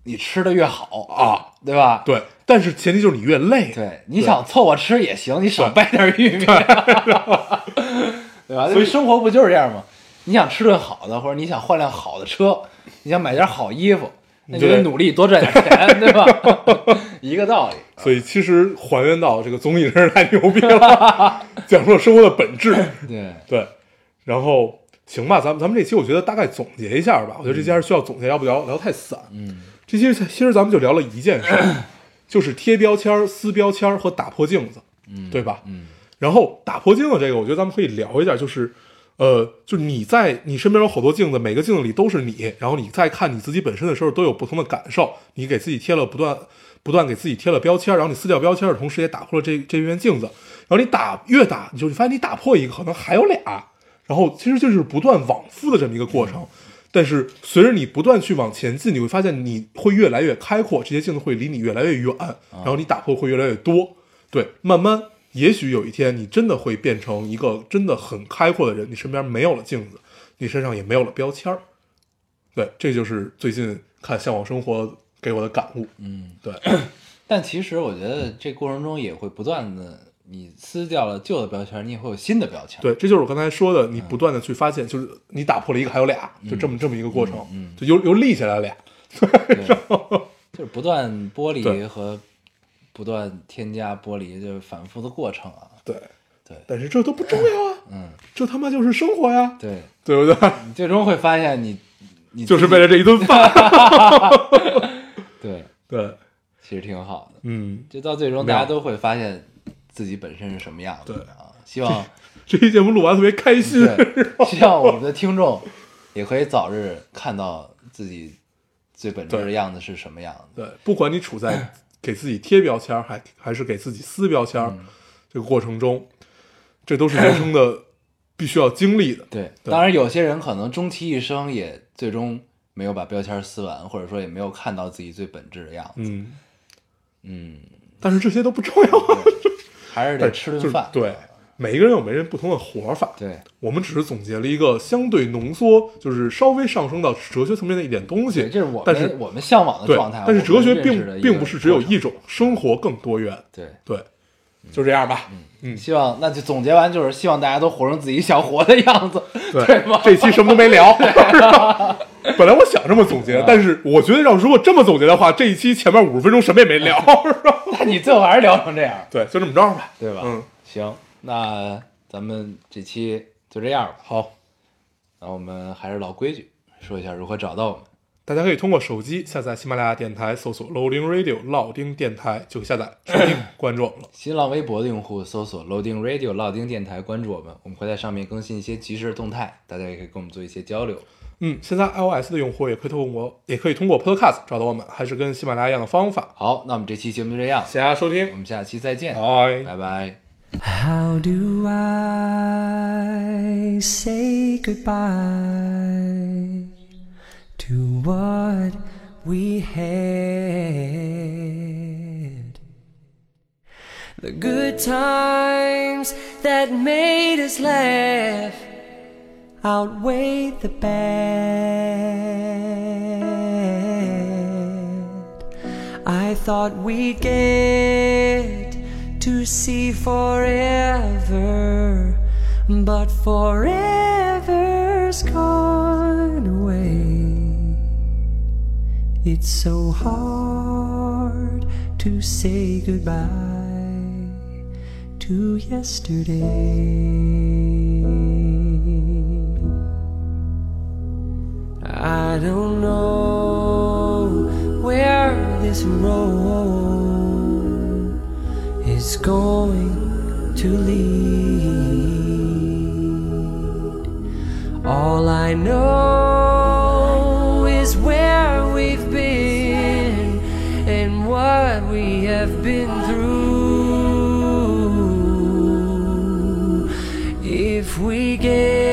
B: 你吃的越好，
A: 啊，
B: 对吧？
A: 对，但是前提就是你越累，
B: 对，你想凑合吃也行，你少
A: 对
B: 掰点玉米， 对吧？所以生活不就是这样吗？你想吃顿好的，或者你想换辆好的车，你想买件好衣服，那就
A: 对
B: 得努力多赚点 钱，对吧？ 一个道理。
A: 所以其实还原到这个综艺真是太牛逼 了，讲述了生活的本质。
B: 对，
A: 对，然后行吧，咱们咱们这期我觉得大概总结一下吧，我觉得这期还是需要总结，要不聊聊太散。
B: 嗯，
A: 这期其实咱们就聊了一件事儿，就是贴标签儿、撕标签儿和打破镜子，嗯，对吧？
B: 嗯，
A: 然后打破镜子这个，我觉得咱们可以聊一下，就是，呃，就是你在你身边有好多镜子，每个镜子里都是你，然后你在看你自己本身的时候，都有不同的感受，你给自己贴了不断不断给自己贴了标签，然后你撕掉标签的同时，也打破了这这面镜子，然后你打越打，你就发现你打破一个，可能还有俩，然然后其实就是不断往复的这么一个过程。但是随着你不断去往前进，你会发现你会越来越开阔，这些镜子会离你越来越远，然后你打破会越来越多。对，慢慢，也许有一天你真的会变成一个真的很开阔的人，你身边没有了镜子，你身上也没有了标签儿。对，这就是最近看《向往生活》给我的感悟。
B: 嗯，
A: 对，
B: 但其实我觉得这过程中也会不断的，你撕掉了旧的标签，你也会有新的标签。，
A: 对，这就是我刚才说的，你不断的去发现，就是你打破了一个，还有俩，就这么这么一个过程，
B: 嗯嗯
A: 就又又立起来了俩。
B: 对就是不断剥离
A: 对
B: 和不断添加剥离，就是反复的过程啊。
A: 对，
B: 对
A: 但是这都不重要啊，
B: 嗯，
A: 这他妈就是生活呀，
B: 对，
A: 对不对？
B: 你最终会发现你，你
A: 就是
B: 被
A: 为了这一顿饭。
B: 对，
A: 对，
B: 其实挺好的。
A: 嗯，
B: 就到最终，大家都会发现自己本身是什么样子
A: 对
B: 啊。希 望
A: 这期节目录完特别开心。
B: 对，希望我们的听众也可以早日看到自己最本质的
A: 对
B: 样子是什么样子。
A: 对，不管你处在给自己贴标签儿，还还是给自己撕标签儿、
B: 嗯
A: 这个过程中，这都是人 生的必须要经历的。
B: 对，
A: 对
B: 当然有些人可能终其一生也最终没有把标签撕完，或者说也没有看到自己最本质的样子。
A: 嗯，
B: 嗯，
A: 但是这些都不重要啊，
B: 还是得吃顿饭。
A: 就是对，每一个人有每个人不同的活法。
B: 对
A: 我们只是总结了一个相对浓缩，就是稍微上升到哲学层面的一点东西。
B: 对，这是我
A: 但是
B: 们我们向往的
A: 对
B: 状态。，
A: 但是
B: 我
A: 哲
B: 们
A: 学
B: 认识的个
A: 并并不是只有
B: 过程
A: 一种，生活更多元。
B: 对。
A: 对，就这样吧。嗯，
B: 希望那就总结完就是希望大家都活成自己想活的样子，
A: 对
B: 吗？
A: 这期什么都 没聊。本来我想这么总
B: 嗯
A: 结，但是我觉得要如果这么总结的话，这一期前面五十分钟什么也没聊，是吧？
B: 那你最后还是聊成这样，
A: 对，就这么着吧。
B: 对吧？
A: 嗯，
B: 行，那咱们这期就这样吧。
A: 好，
B: 那我们还是老规矩，说一下如何找到我们。
A: 大家可以通过手机下载喜马拉雅电台，搜索 Loading Radio 老丁电台就可以下载收 听关注我们了。
B: 新浪微博的用户搜索 Loading Radio 老丁电台，关注我们，我们会在上面更新一些即时的动态，大家也可以跟我们做一些交流。
A: 嗯，现在 iOS 的用户也可以通过也可以通过 Podcast 找到我们，还是跟喜马拉雅一样的方法。
B: 好，那我们这期节目就这样，
A: 谢谢大家收
B: 我
A: 听，
B: 们下期再见，拜
A: 拜。
B: 拜。
C: How do I say goodbye to what we had? The good times that made us laugh outweigh the bad. I thought we'd get to see forever, but forever's gone away. It's so hard to say goodbye to yesterday. I don't know where this road is going to lead. All I know is where we've been and what we have been through. If we get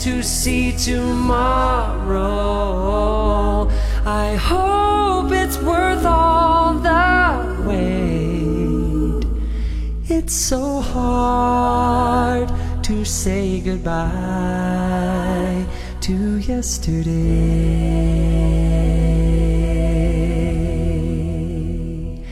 C: to see tomorrow, I hope it's worth all the wait. It's so hard to say goodbye to yesterday.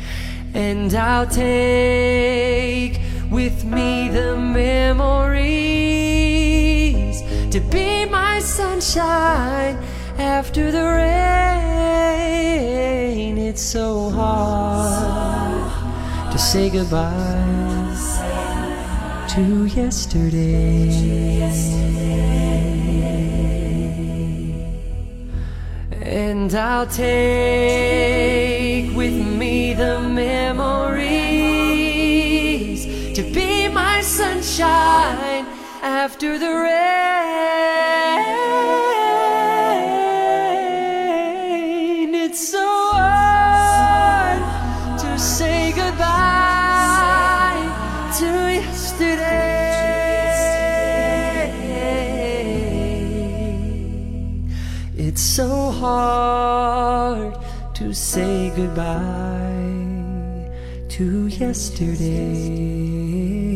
C: And I'll take with me the memories to be my sunshine after the rain. It's so hard to say goodbye to yesterday. And I'll take with me the memories to be my sunshine after the rain. It's so hard to say goodbye to yesterday. hard to say goodbye to yesterday.